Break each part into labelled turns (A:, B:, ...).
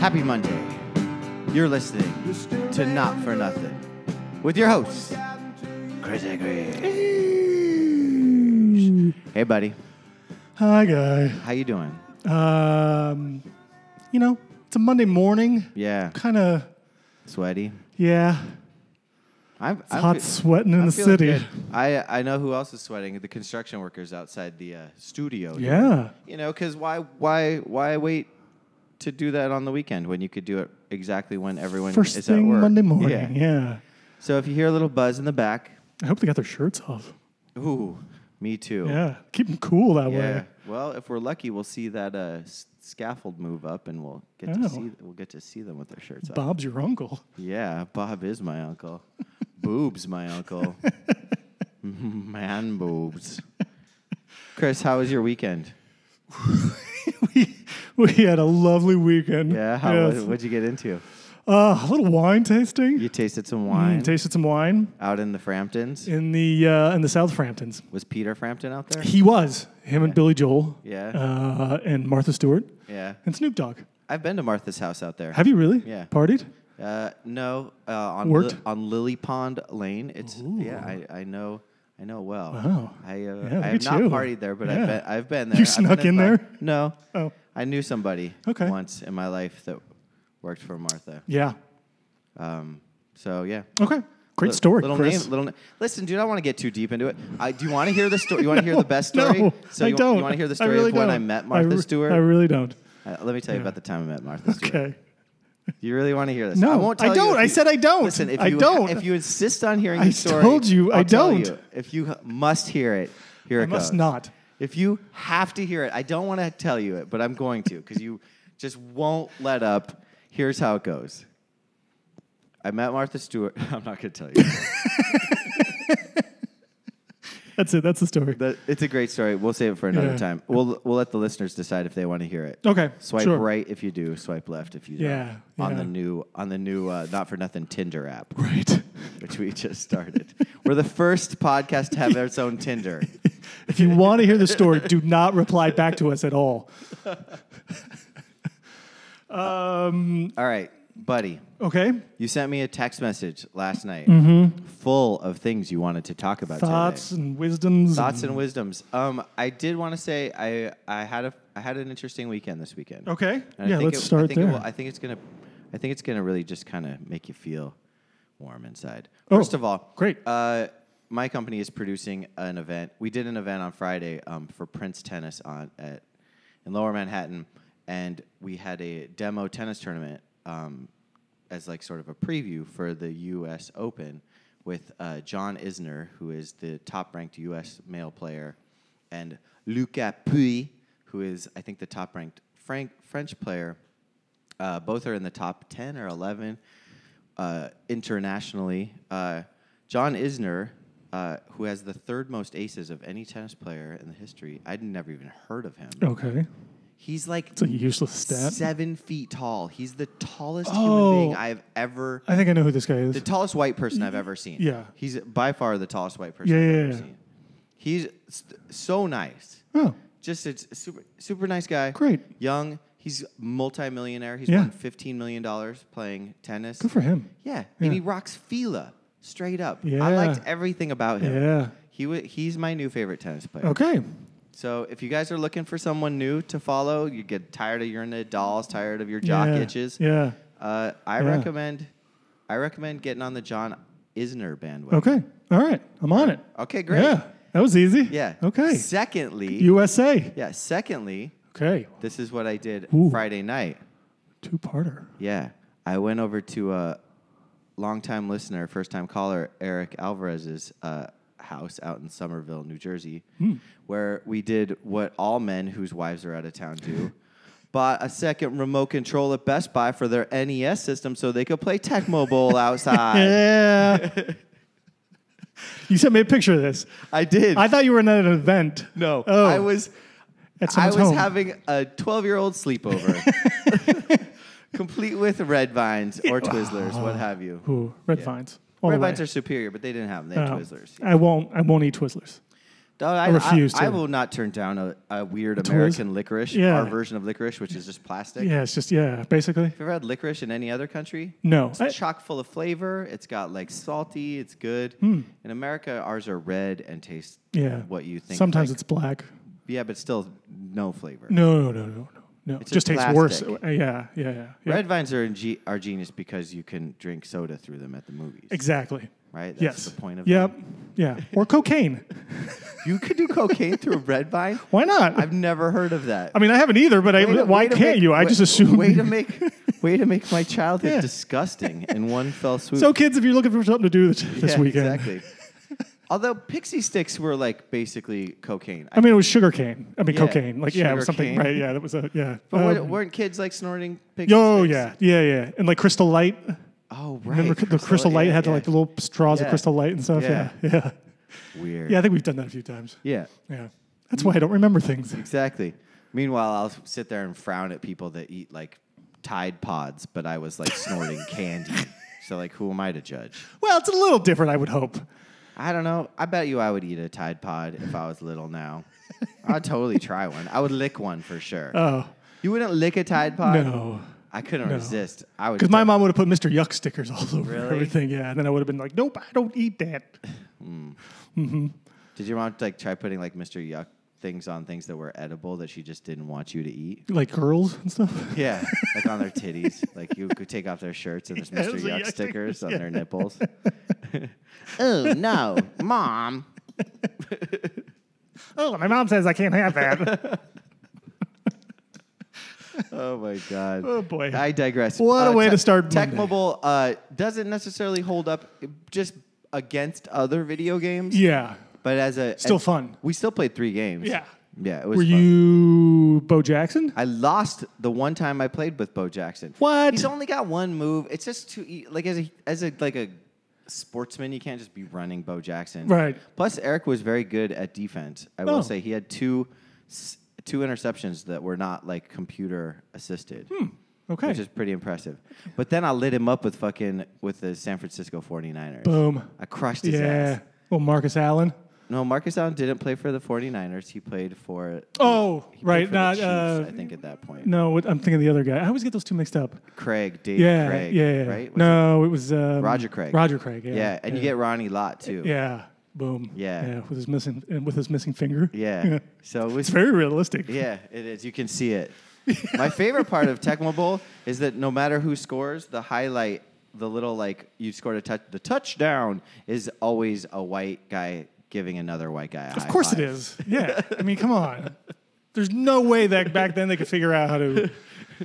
A: Happy Monday. You're listening to Not for Nothing with your host, Chris Eggers. Hey, buddy.
B: Hi, guy.
A: How you doing?
B: Um, you know, it's a Monday morning.
A: Yeah,
B: Kind of,
A: sweaty.
B: yeah,
A: I'm,
B: it's hot sweating in the
A: feeling
B: city.
A: good. I I know who else is sweating. The construction workers outside the uh, studio. here.
B: Yeah.
A: You know, because why why why wait to do that on the weekend when you could do it exactly when everyone
B: First
A: is at
B: thing
A: work
B: Monday morning. Yeah.
A: Yeah. So if you hear a little buzz in the back,
B: I hope they got their shirts off.
A: ooh, me too.
B: Yeah. Keep them cool that
A: Yeah.
B: way.
A: Well, if we're lucky, we'll see that uh, s- scaffold move up, and we'll get
B: Oh.
A: to see we'll get to see them with their shirts off.
B: Bob's your uncle.
A: Yeah, Bob is my uncle. boobs, my uncle. Man, boobs. Chris, how was your weekend?
B: we, we had a lovely weekend.
A: Yeah, how
B: Yes.
A: was, what'd you get into?
B: Uh, a little wine tasting.
A: You tasted some
B: Mm,
A: wine
B: tasted some wine
A: out in the Framptons.
B: in the uh, in the South Framptons.
A: Was Peter Frampton out there?
B: He was him and Billy Joel.
A: Yeah.
B: Uh, and Martha Stewart
A: Yeah,
B: and Snoop Dogg.
A: I've been to Martha's house out there.
B: Have you really?
A: Yeah.
B: Partied?
A: Uh, no, uh, on
B: Worked?
A: Li- on Lily Pond Lane. It's yeah, I, I know I know well.
B: Wow.
A: I uh,
B: look
A: I
B: at
A: have not
B: you.
A: partied there, but I've
B: Yeah.
A: been I've been there.
B: You
A: I've
B: snuck
A: been
B: in
A: invi-
B: there?
A: No.
B: Oh.
A: I knew somebody
B: Okay.
A: once in my life that worked for Martha.
B: Yeah.
A: Um, so yeah.
B: Okay. Great
A: Li-
B: story,
A: little
B: Chris.
A: Name, little na- Listen, dude, I don't want to get too deep into it. I, do you want to hear the story? You want to hear the best
B: No,
A: story? so
B: I
A: you, wa-
B: don't.
A: You want to hear the
B: I
A: story
B: really
A: of when I
B: don't.
A: met Martha
B: re-
A: Stewart?
B: I really don't.
A: Uh, let me tell you about the time I met Martha Stewart.
B: Okay.
A: Do you really want to hear this?
B: No,
A: I won't
B: I
A: tell you
B: don't.
A: if
B: I
A: you-
B: said I don't.
A: Listen, if
B: I
A: you
B: don't.
A: if you insist on hearing
B: I
A: the story,
B: told you I
A: I'll tell
B: don't.
A: you. If you h- must hear it, here
B: I
A: it
B: must
A: goes.
B: not.
A: If you have to hear it, I don't want to tell you it, but I'm going to because you just won't let up. Here's how it goes. I met Martha Stewart. I'm not going to tell you.
B: That's it. That's the story.
A: That- it's a great story. We'll save it for another
B: Yeah.
A: time. We'll we'll let the listeners decide if they want to hear it.
B: Okay,
A: Swipe
B: sure.
A: right if you do. Swipe left if you don't.
B: Yeah,
A: On
B: yeah.
A: the new on the new uh, not for nothing Tinder app.
B: right.
A: which we just started. We're the first podcast to have its own Tinder.
B: If you want to hear the story, do not reply back to us at all. um,
A: All right, buddy,
B: okay.
A: you sent me a text message last night full of things you wanted to talk about
B: Mm-hmm. Thoughts
A: today.
B: and wisdoms.
A: Thoughts and wisdoms. Um, I did want to say I I had a I had an interesting weekend this weekend.
B: Okay.
A: And I
B: Yeah,
A: think
B: let's
A: it- I
B: start
A: think it
B: there.
A: will- I think it's gonna, I think it's gonna really just kind of make you feel warm inside.
B: Oh,
A: First of all,
B: great.
A: Uh, my company is producing an event. We did an event on Friday um, for Prince Tennis on at in Lower Manhattan, and we had a demo tennis tournament um, as like sort of a preview for the U.S. Open with uh, John Isner, who is the top-ranked U.S. male player, and Lucas Puy, who is I think the top-ranked Frank, French player. Uh, both are in the top 10 or 11 uh, internationally. Uh, John Isner, uh, who has the third most aces of any tennis player in the history, I'd never even heard of him.
B: okay.
A: He's like
B: Oh. It's a useless stat.
A: seven feet tall. He's the tallest
B: Oh.
A: human being I've ever,
B: I think I know who this guy is.
A: the tallest white person I've ever seen.
B: Yeah.
A: He's by far the tallest white person
B: Yeah,
A: I've
B: yeah,
A: ever
B: yeah.
A: seen. He's s- so nice
B: oh,
A: just a s- super super nice guy.
B: Great.
A: Young. He's multimillionaire. He's
B: Yeah.
A: won fifteen million dollars playing tennis.
B: good for him.
A: Yeah.
B: Yeah.
A: And he rocks Fila straight up.
B: Yeah.
A: I liked everything about him.
B: Yeah.
A: He wa he's my new favorite tennis player.
B: Okay.
A: So if you guys are looking for someone new to follow, you get tired of your Nadals, tired of your jock
B: yeah.
A: itches.
B: Yeah.
A: Uh, I
B: Yeah.
A: recommend I recommend getting on the John Isner bandwagon.
B: Okay. All right. I'm on it.
A: Okay, great.
B: Yeah. That was easy.
A: Yeah.
B: Okay.
A: Secondly,
B: USA.
A: yeah, secondly,
B: Okay.
A: this is what I did
B: Ooh.
A: Friday night.
B: Two parter.
A: Yeah. I went over to a longtime listener, first time caller, Eric Alvarez's uh, house out in Somerville, New Jersey,
B: Hmm.
A: where we did what all men whose wives are out of town do. Bought a second remote control at Best Buy for their NES system so they could play Tech Mobile outside.
B: Yeah. you sent me a picture of this.
A: I did.
B: I thought you were at an event.
A: no,
B: Oh,
A: I was
B: at
A: I
B: someone's
A: was
B: home.
A: having a 12 year old sleepover, complete with red vines or Twizzlers, what have you.
B: Ooh, red
A: Yeah.
B: vines. All
A: Red
B: the way.
A: vines are superior, but they didn't have them. They had
B: Oh.
A: Twizzlers.
B: I won't. I won't eat Twizzlers.
A: Oh, I,
B: refuse
A: I,
B: to.
A: I will not turn down a, a weird
B: Twiz?
A: American licorice,
B: Yeah.
A: our version of licorice, which is just plastic.
B: Yeah, it's just yeah, basically.
A: Have you ever had licorice in any other country?
B: No,
A: It's
B: I-
A: chock full of flavor. It's got like salty. It's good. In America, ours are red and taste
B: Hmm. yeah.
A: what you think.
B: Sometimes
A: like-
B: it's black.
A: yeah, but still no flavor.
B: No, no, no, no, no. No, it
A: It's
B: just
A: just
B: tastes worse.
A: plastic.
B: Uh, Yeah, yeah, yeah. yeah.
A: Red vines are in ge- are genius because you can drink soda through them at the movies,
B: Exactly.
A: right? That's
B: yes.
A: the point of
B: Yep.
A: them.
B: Yeah. Or cocaine.
A: You could do cocaine through a red vine.
B: Why not? i
A: I've never heard of that.
B: mean, I haven't either, but I,
A: Way to-
B: why
A: way to
B: can't
A: make-
B: you? I
A: way-
B: just assume.
A: Way to make way to make my childhood
B: Yeah.
A: disgusting in one fell swoop.
B: so, kids, if you're looking for something to do this, this
A: Yeah,
B: weekend,
A: Exactly. Although pixie sticks were like basically cocaine.
B: I mean, it was sugar cane. I mean,
A: Yeah,
B: cocaine. Like, yeah, it was
A: sugar
B: something,
A: cane.
B: right? Yeah, that was a, yeah.
A: but
B: Um,
A: weren't- weren't kids like snorting pixie
B: yo,
A: sticks?
B: yeah, yeah, yeah. And like Crystal Light.
A: Oh, right.
B: Remember the Crystal Light
A: yeah,
B: had the,
A: yeah.
B: like the little straws of
A: Yeah.
B: Crystal Light and stuff?
A: Yeah.
B: yeah. Yeah.
A: Weird.
B: Yeah, I think we've done that a few times.
A: Yeah,
B: Yeah. That's why I don't remember things.
A: exactly. Meanwhile, I'll sit there and frown at people that eat like Tide Pods, but I was like snorting candy. So, like, who am I to judge?
B: Well, it's a little different, I would hope.
A: I don't know. I bet you I would eat a Tide Pod if I was little now. I'd totally try one. I would lick one for sure.
B: Oh,
A: you wouldn't lick a Tide Pod?
B: no.
A: I couldn't resist. I would.
B: Because my
A: def-
B: mom would have put Mr. Yuck stickers all over
A: Really?
B: everything. Yeah. And then I would have been like, nope, I don't eat that.
A: Did your mom like try putting like Mr. Yuck things on things that were edible that she just didn't want you to eat?
B: Like girls and stuff.
A: Yeah, like on their titties. like you could take off their shirts and there's
B: Yeah,
A: Mr.
B: it's a
A: Yuck
B: yuck
A: stickers on
B: sticker,
A: their nipples. oh no, mom.
B: Oh, my mom says I can't have that.
A: Oh my god.
B: Oh, boy.
A: I digress. Uh,
B: What a way to start Monday.
A: Tecmobile uh, doesn't necessarily hold up just against other video games,
B: yeah.
A: but as a
B: Still
A: and
B: fun.
A: We still played three games.
B: Yeah.
A: Yeah, it was
B: Were
A: fun.
B: you Bo Jackson?
A: I lost the one time I played with Bo Jackson.
B: What?
A: He's only got one move. It's just too e- like as a as a like a sportsman, you can't just be running Bo Jackson.
B: Right.
A: Plus, Eric was very good at defense. I
B: Oh.
A: will say he had two s- two interceptions that were not like computer assisted.
B: Hmm. Okay.
A: Which is pretty impressive. But then I lit him up with fucking with the San Francisco 49ers.
B: Boom.
A: I crushed his
B: Yeah.
A: ass.
B: Well, Marcus Allen.
A: No, Marcus Allen didn't play for the 49ers. He played for
B: Oh,
A: he played
B: right.
A: for the
B: Not,
A: Chiefs,
B: uh,
A: I think at that point.
B: no, what- I'm thinking of the other guy. I always get those two mixed up.
A: Craig, Dave
B: Yeah,
A: Craig,
B: yeah, yeah.
A: right? Was it
B: no, it, was um,
A: Roger Craig.
B: Roger Craig. Yeah,
A: Yeah, and you get Ronnie Lott too.
B: yeah, boom.
A: Yeah.
B: yeah, with his missing and with his missing finger.
A: Yeah. So it was
B: it's very realistic.
A: Yeah, it is. You can see it. My favorite part of Tecmo Bowl is that no matter who scores, the highlight, the little like you scored a touch, the touchdown is always a white guy giving another white guy. A
B: of course it is. Yeah, I mean, come on. There's no way that back then they could figure out how to.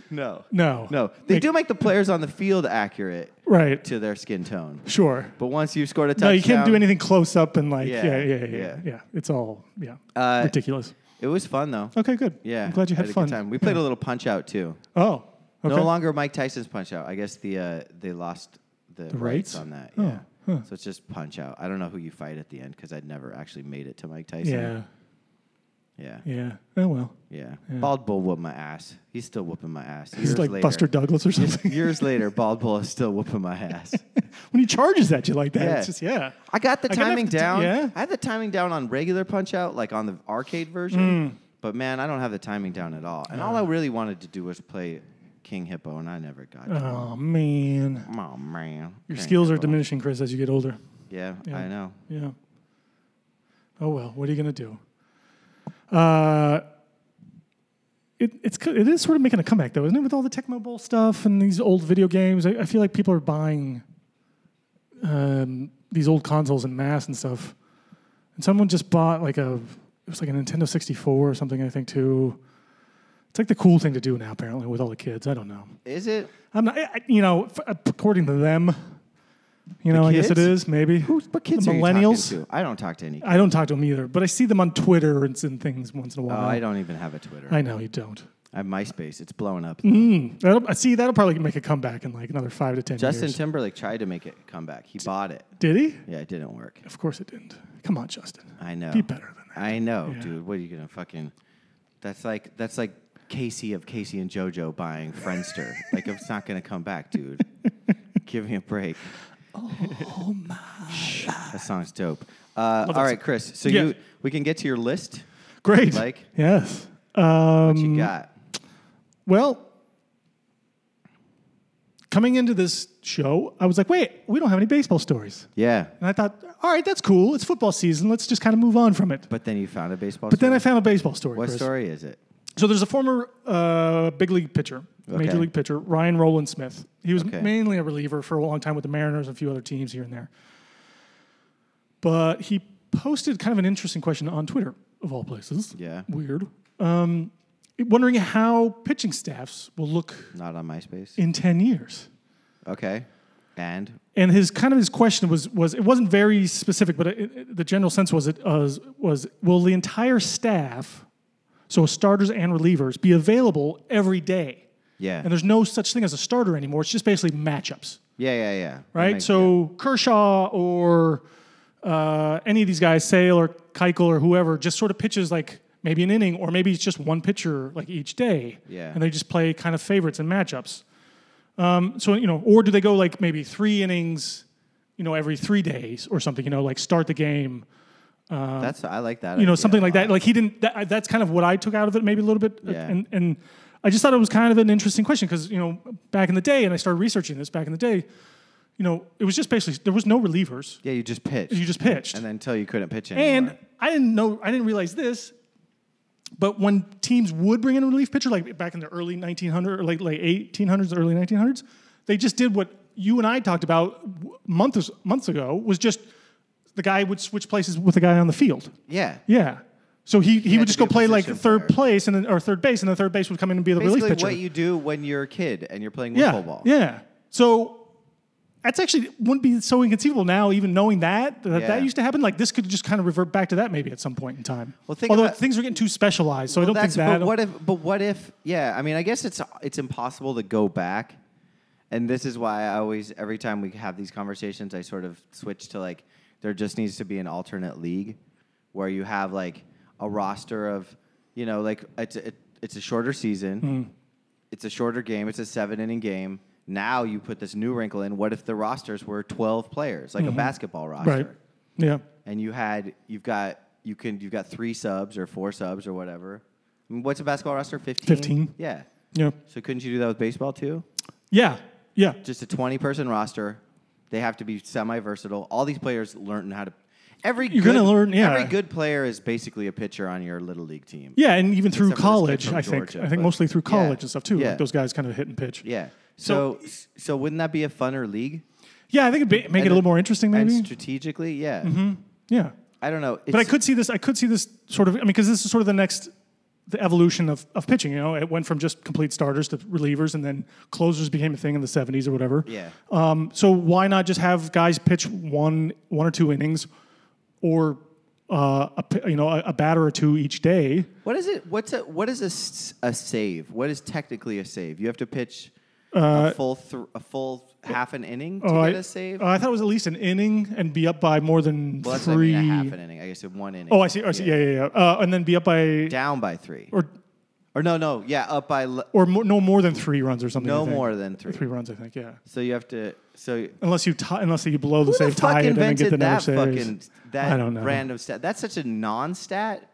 A: No.
B: No,
A: No. They
B: Like,
A: do make the players on the field accurate
B: right.
A: to their skin tone.
B: Sure.
A: But once you've scored a touchdown,
B: No, you can't do anything close up and like yeah,
A: Yeah,
B: yeah, yeah, yeah. yeah.
A: yeah.
B: It's all yeah,
A: Uh,
B: ridiculous.
A: It was fun though.
B: Okay, good.
A: Yeah.
B: I'm glad you had,
A: a
B: fun.
A: Good time. We played a little punch out too.
B: Oh, okay.
A: No longer Mike Tyson's punch out. I guess the uh, they lost the, rights?
B: rights?
A: on that.
B: Oh,
A: Yeah.
B: huh.
A: So it's just punch out. I don't know who you fight at the end because I'd never actually made it to Mike Tyson.
B: yeah,
A: Yeah. Yeah.
B: yeah. Oh well.
A: Bald Bull whooped my ass. He's still whooping my ass.
B: He's like Buster Douglas or something.
A: Years later, Bald Bull is still whooping my ass.
B: when he charges at you like that,
A: Yeah.
B: it's just yeah.
A: I got the
B: I gotta have
A: timing
B: to-
A: down.
B: yeah.
A: I had the timing down on regular punch out, like on the arcade
B: Hmm.
A: version. But man, I don't have the timing down at all. And all
B: Uh.
A: I really wanted to do was play King Hippo, and I never got to.
B: Oh man,
A: Oh man, King
B: your skills are
A: Hippo.
B: diminishing, Chris, as you get older.
A: Yeah,
B: Yeah.
A: I know.
B: Yeah. Oh well, what are you gonna do? Uh, it, it's co- it is sort of making a comeback though, isn't it? With all the Tecmo Bowl stuff and these old video games, I, I feel like people are buying um, these old consoles in mass and stuff. And someone just bought like a it was like a Nintendo 64 or something, I think too. It's like the cool thing to do now, apparently, with all the kids. I don't know.
A: Is it?
B: I'm not, I, I- you know, f- according to them, you know, I guess it
A: kids?
B: is maybe.
A: Who's what kids
B: The
A: are you
B: millennials?
A: talking to? I don't talk to any.
B: I don't talk to them either, but I see them on Twitter and, and things once in a
A: Oh,
B: while.
A: I don't even have a Twitter. I,
B: I Mm-hmm. know you don't.
A: have MySpace. It's blowing up.
B: That'll, I see. That'll probably make a comeback in like another five to ten
A: Justin
B: years.
A: Timberlake tried to make it come back. He bought it.
B: Did he?
A: Yeah, it didn't work.
B: Of course it didn't. Come on, Justin.
A: I know.
B: Be better than that.
A: I know,
B: Yeah.
A: dude. What are you gonna fucking? That's like that's like Casey of Casey and JoJo buying Friendster. like it's not gonna come back, dude. Give me a break.
B: Oh my!
A: That song's dope. Uh,
B: that
A: all right, Chris. So
B: Yeah.
A: you we can get to your list.
B: Great.
A: Like?
B: yes. Um,
A: What you got?
B: Well, coming into this show, I was like, wait, we don't have any baseball stories.
A: Yeah.
B: And I thought, all right, that's cool. It's football season. Let's just kind of move on from it.
A: But then you found a baseball.
B: But then I found a baseball story.
A: What
B: Chris.
A: story is it?
B: So there's a former uh, big league pitcher, major
A: Okay.
B: league pitcher, Ryan Rowland Smith. He was
A: Okay.
B: mainly a reliever for a long time with the Mariners and a few other teams here and there. But he posted kind of an interesting question on Twitter, of all places.
A: Yeah.
B: Weird. Um, wondering how pitching staffs will look
A: Not on MySpace.
B: in 10 years.
A: Okay. And
B: and his kind of his question was was it wasn't very specific, but it, it- the general sense was it uh, was will the entire staff, so starters and relievers, be available every day?
A: yeah.
B: And there's no such thing as a starter anymore. It's just basically matchups,
A: yeah, yeah, yeah. That
B: right?
A: makes-
B: so Kershaw or uh, any of these guys, Sale or Keuchel or whoever, just sort of pitches like maybe an inning or maybe it's just one pitcher like each day.
A: Yeah.
B: And they just play kind of favorites and matchups. Um, so you know, or do they go like maybe three innings, you know, every three days or something? You know, like start the game,
A: yeah. that's I like that.
B: um, you know,
A: idea
B: something
A: a
B: like that.
A: lot.
B: Like he didn't. That, I- that's kind of what I took out of it, maybe a little bit.
A: Yeah.
B: And and I just thought it was kind of an interesting question because you know, back in the day, and I started researching this back in the day. You know, it was just basically there was no relievers.
A: yeah, you just pitch.
B: You just pitched.
A: and then until you couldn't pitch anymore.
B: And I didn't know, I didn't realize this, but when teams would bring in a relief pitcher, like back in the early 1900s, or like, like 1800s, early 1900s, they just did what you and I talked about w- months months ago. Was just the guy would switch places with the guy on the field.
A: yeah.
B: Yeah. So he, he
A: had
B: would
A: to
B: just go
A: be a
B: play like
A: position
B: third
A: player.
B: place and then, or third base, and then third base would come in and be the relief
A: Basically,
B: pitcher
A: what you do when you're a kid and you're playing
B: yeah,
A: wiffle ball.
B: Yeah. So that's actually wouldn't be so inconceivable now, even knowing that that,
A: Yeah.
B: that used to happen. Like this could just kind of revert back to that maybe at some point in time.
A: Well, think
B: Although
A: about-
B: things are getting too specialized, so I
A: Well,
B: don't think
A: that's
B: that.
A: but what if but what if yeah, I mean I guess it's it's impossible to go back. And this is why I always every time we have these conversations I sort of switch to like there just needs to be an alternate league where you have like a roster of you know like it's a, it's a shorter season.
B: Mm-hmm.
A: It's a shorter game. It's a 7-inning game. Now you put this new wrinkle in. What if the rosters were 12 players, like a basketball roster?
B: Mm-hmm. right. Yeah.
A: and you had you've got you can you've got three subs or four subs or whatever. I mean, what's a basketball roster? Fifteen.
B: 15.
A: Yeah.
B: Yeah.
A: So couldn't you do that with baseball too?
B: Yeah. Yeah.
A: Just a twenty-person roster. They have to be semi-versatile. All these players learn how to. Every
B: You're
A: good-
B: gonna learn, yeah.
A: Every good player is basically a pitcher on your little league team.
B: Yeah, and even through
A: Except for this kid
B: college,
A: from
B: I think.
A: Georgia,
B: I think
A: but-
B: mostly through
A: Yeah.
B: college and stuff too.
A: Yeah.
B: Like those guys kind of hit and pitch.
A: Yeah.
B: So-
A: So, so wouldn't that be a funner league?
B: Yeah, I think it'd be, make it a
A: And-
B: little more interesting,
A: And
B: maybe.
A: strategically, yeah.
B: yeah.
A: I don't know.
B: But I
A: It's-
B: could see this. I could see this sort of. I mean, because this is sort of the next, the evolution of, of pitching. You know, it went from just complete starters to relievers, and then closers became a thing in the '70s or whatever.
A: Yeah.
B: Um, so why not just have guys pitch one, one or two innings, or uh, a, pi- you know a, a batter or two each day?
A: What is it? What's a what is a, s- a save? What is technically a save? You have to pitch a full th- a full half an inning to
B: Uh, Oh,
A: get
B: I-
A: a save.
B: uh, I thought it was at least an inning and be up by more than
A: well, that's I
B: three.
A: mean, a half an inning. I guess in one inning.
B: oh, I see. I see. Yeah, yeah, yeah. Uh, and then be up by
A: Down by three, or,
B: or
A: no, no, yeah, up by l
B: or more, no more than three runs or something. I
A: no
B: think.
A: more than three.
B: three runs. I think. Yeah.
A: So you have to. So
B: Unless you tie, unless you blow the
A: who the
B: save, tie
A: fuck
B: it, and then
A: invented
B: get the
A: that
B: another series.
A: fucking that
B: I don't know.
A: random stat? That's such a non-stat,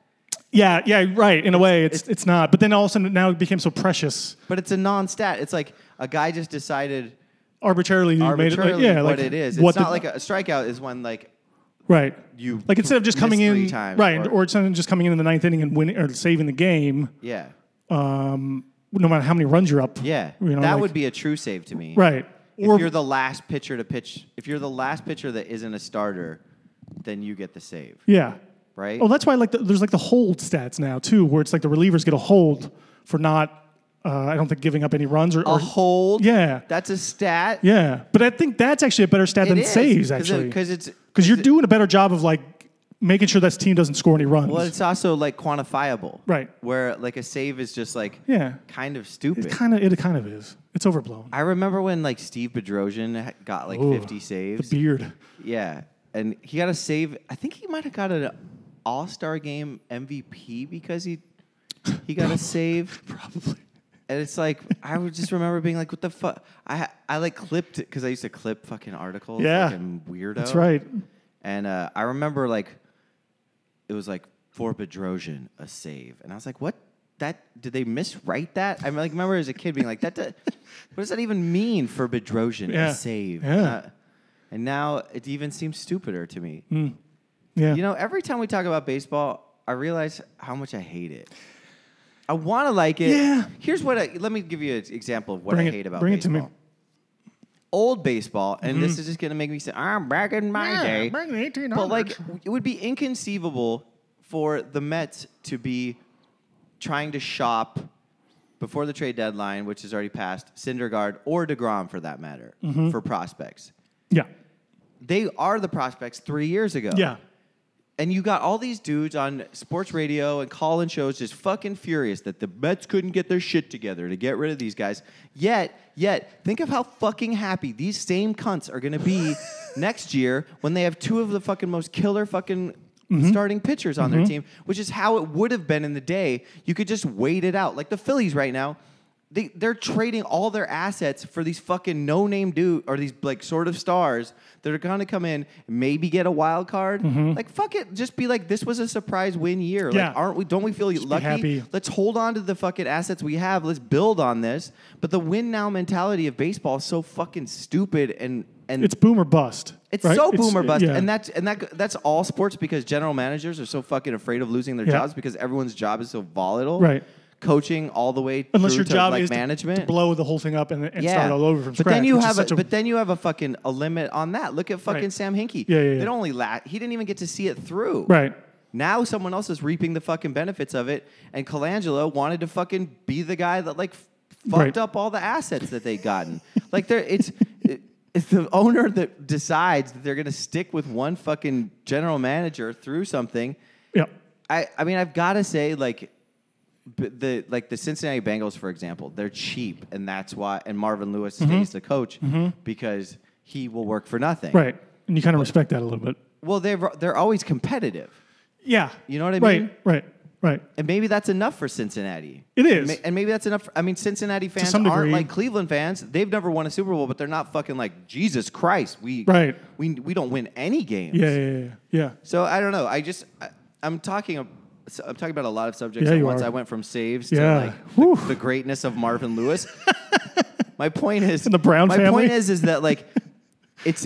B: Yeah, yeah, right. In a way, it's, it's not. But then all of a sudden, now it became so precious.
A: but it's a non-stat. It's like a guy just decided
B: Arbitrarily, you
A: arbitrarily
B: made it. Like, yeah,
A: what
B: like
A: it is. It's
B: what
A: not
B: the-
A: like a, a strikeout is when like
B: right.
A: you
B: Like instead of just coming
A: miss three
B: in,
A: times
B: right,
A: or-
B: or, instead of just coming in in the ninth inning and winning or saving the game,
A: yeah.
B: no matter how many runs you're up.
A: Yeah,
B: you know,
A: that
B: like-
A: would be a true save to me.
B: right.
A: If
B: Or
A: you're the last pitcher to pitch, if you're the last pitcher that isn't a starter, then you get the save,
B: yeah.
A: right?
B: Oh, that's why like the, there's like the hold stats now too, where it's like the relievers get a hold for not, uh, I don't think giving up any runs or,
A: a
B: or-
A: hold.
B: Yeah.
A: that's a stat.
B: yeah. But I think that's actually a better stat
A: It
B: than
A: is,
B: saves
A: cause
B: actually.
A: because it's
B: because you're doing a better job of like making sure this team doesn't score any runs.
A: well, it's also like quantifiable,
B: Right.
A: Where like a save is just like
B: yeah,
A: kind of stupid.
B: it kind of it kind of is. It's overblown.
A: I remember when like Steve Bedrosian ha- got like
B: Ooh,
A: 50 saves.
B: The beard.
A: Yeah, and he got a save. I think he might have got an All Star Game MVP because he he got a save.
B: Probably.
A: And it's like I would just remember being like, "What the fuck?" I I like clipped it because I used to clip fucking articles.
B: Yeah.
A: fucking weirdo.
B: That's right.
A: And uh, I remember like it was like for Bedrosian a save, and I was like, what? That did they miswrite that? I mean, like remember as a kid being like that. do- what does that even mean for Bedrosian
B: Yeah.
A: a save?
B: Yeah.
A: And, I- and now it even seems stupider to me.
B: Mm. Yeah.
A: You know, every time we talk about baseball, I realize how much I hate it. I want to like it.
B: Yeah.
A: Here's what I let me give you an example of what
B: Bring
A: I
B: it-
A: hate about
B: bring it to
A: baseball.
B: me. Mm-hmm.
A: Old baseball, and this is just gonna make me say, "I'm back in my day."
B: back in the 1800s.
A: But like, it would be inconceivable for the Mets to be trying to shop before the trade deadline, which has already passed, Syndergaard or Degrom, for that matter, for prospects.
B: yeah,
A: They are the prospects three years ago
B: yeah,
A: and you got all these dudes on sports radio and call-in shows just fucking furious that the Mets couldn't get their shit together to get rid of these guys. Yet, yet, think of how fucking happy these same cunts are going to be next year when they have two of the fucking most killer fucking starting pitchers on their team, which is how it would have been in the day. You could just wait it out. Like the Phillies right now, they they're trading all their assets for these fucking no name dude or these like sort of stars that are gonna come in, maybe get a wild card. Like fuck it, just be like this was a surprise win year.
B: Mm-hmm. Yeah.
A: Like aren't we? Don't we feel
B: be
A: lucky?
B: happy.
A: Let's hold on to the fucking assets we have. Let's build on this. But the win now mentality of baseball is so fucking stupid and and.
B: it's boom or bust.
A: it's
B: right?
A: so boomer bust,
B: yeah.
A: and that's and that that's all sports because general managers are so fucking afraid of losing their
B: Yeah.
A: jobs because everyone's job is so volatile.
B: Right.
A: coaching all the way
B: unless
A: through
B: your
A: to,
B: job
A: like
B: is to-
A: management,
B: to, blow the whole thing up and, and start all over from
A: but
B: scratch.
A: then you
B: which is
A: have a,
B: such a,
A: but then you have a fucking a limit on that. Look at fucking
B: Right.
A: Sam Hinkie.
B: Yeah, yeah, yeah.
A: It only la- he didn't even get to see it through.
B: right.
A: Now someone else is reaping the fucking benefits of it, and Colangelo wanted to fucking be the guy that like f- fucked
B: Right.
A: up all the assets that they gotten. like there, it's it- it's the owner that decides that they're gonna stick with one fucking general manager through something.
B: Yeah,
A: I, I mean, I've got to say, like, b- the like the Cincinnati Bengals, for example, they're cheap, and that's why. And Marvin Lewis
B: Mm-hmm.
A: stays the coach because he will work for nothing.
B: right. And you kind of respect that a little bit.
A: Well, they're they're always competitive,
B: Yeah.
A: You know what I mean?
B: Right. Right. Right.
A: and maybe that's enough for Cincinnati.
B: It
A: Ma-
B: is.
A: and maybe that's enough. For, I mean, Cincinnati fans
B: some
A: aren't
B: degree.
A: like Cleveland fans. They've never won a Super Bowl, but they're not fucking like Jesus Christ. We
B: Right.
A: We we don't win any games.
B: Yeah. Yeah. Yeah. Yeah.
A: So I don't know. I just I, I'm talking. ab- so I'm talking about a lot of subjects
B: Yeah,
A: at
B: you
A: once.
B: are.
A: I went from saves
B: Yeah.
A: to
B: Whew.
A: like the, the greatness of Marvin Lewis. my point is
B: And the Brown
A: My
B: family.
A: point is is that like it's.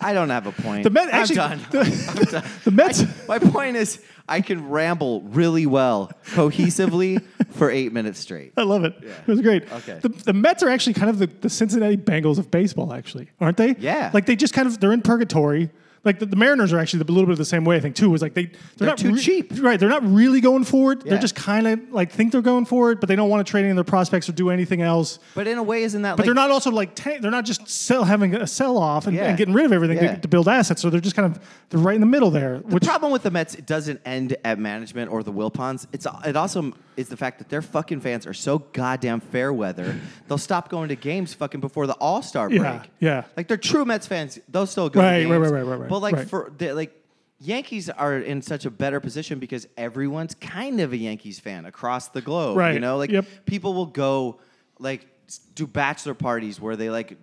A: I don't have a point.
B: The Met actually-
A: I'm done.
B: the-
A: I'm done.
B: The Mets.
A: My point is, I can ramble really well, cohesively, for eight minutes straight.
B: I love it. It was great.
A: Okay.
B: The, the Mets are actually kind of the, the Cincinnati Bengals of baseball, actually, aren't they?
A: Yeah.
B: Like they just kind of they're in purgatory. Like the, the Mariners are actually a little bit of the same way, I think, too. Is like they they're, not
A: too cheap.
B: right? They're not really going for it.
A: Yeah.
B: They're just kind of like think they're going for it, but they don't want to trade any of their prospects or do anything else.
A: But in a way, isn't that
B: But
A: like
B: they're not also like ta- they're not just sell having a sell off and,
A: Yeah.
B: and getting rid of everything
A: Yeah.
B: to, to build assets. So they're just kind of they're right in the middle there. Which
A: The problem with the Mets it doesn't end at management or the Wilpons. It's it also is the fact that their fucking fans are so goddamn fair weather. They'll stop going to games fucking before the All Star break.
B: Yeah, yeah.
A: Like they're true Mets fans. They'll still go.
B: Right,
A: to
B: right,
A: games.
B: right, right, right, right,
A: But like
B: right.
A: for they, like. Yankees are in such a better position because everyone's kind of a Yankees fan across the globe. You
B: Right,
A: know, like
B: yep.
A: people will go like s- do bachelor parties where they like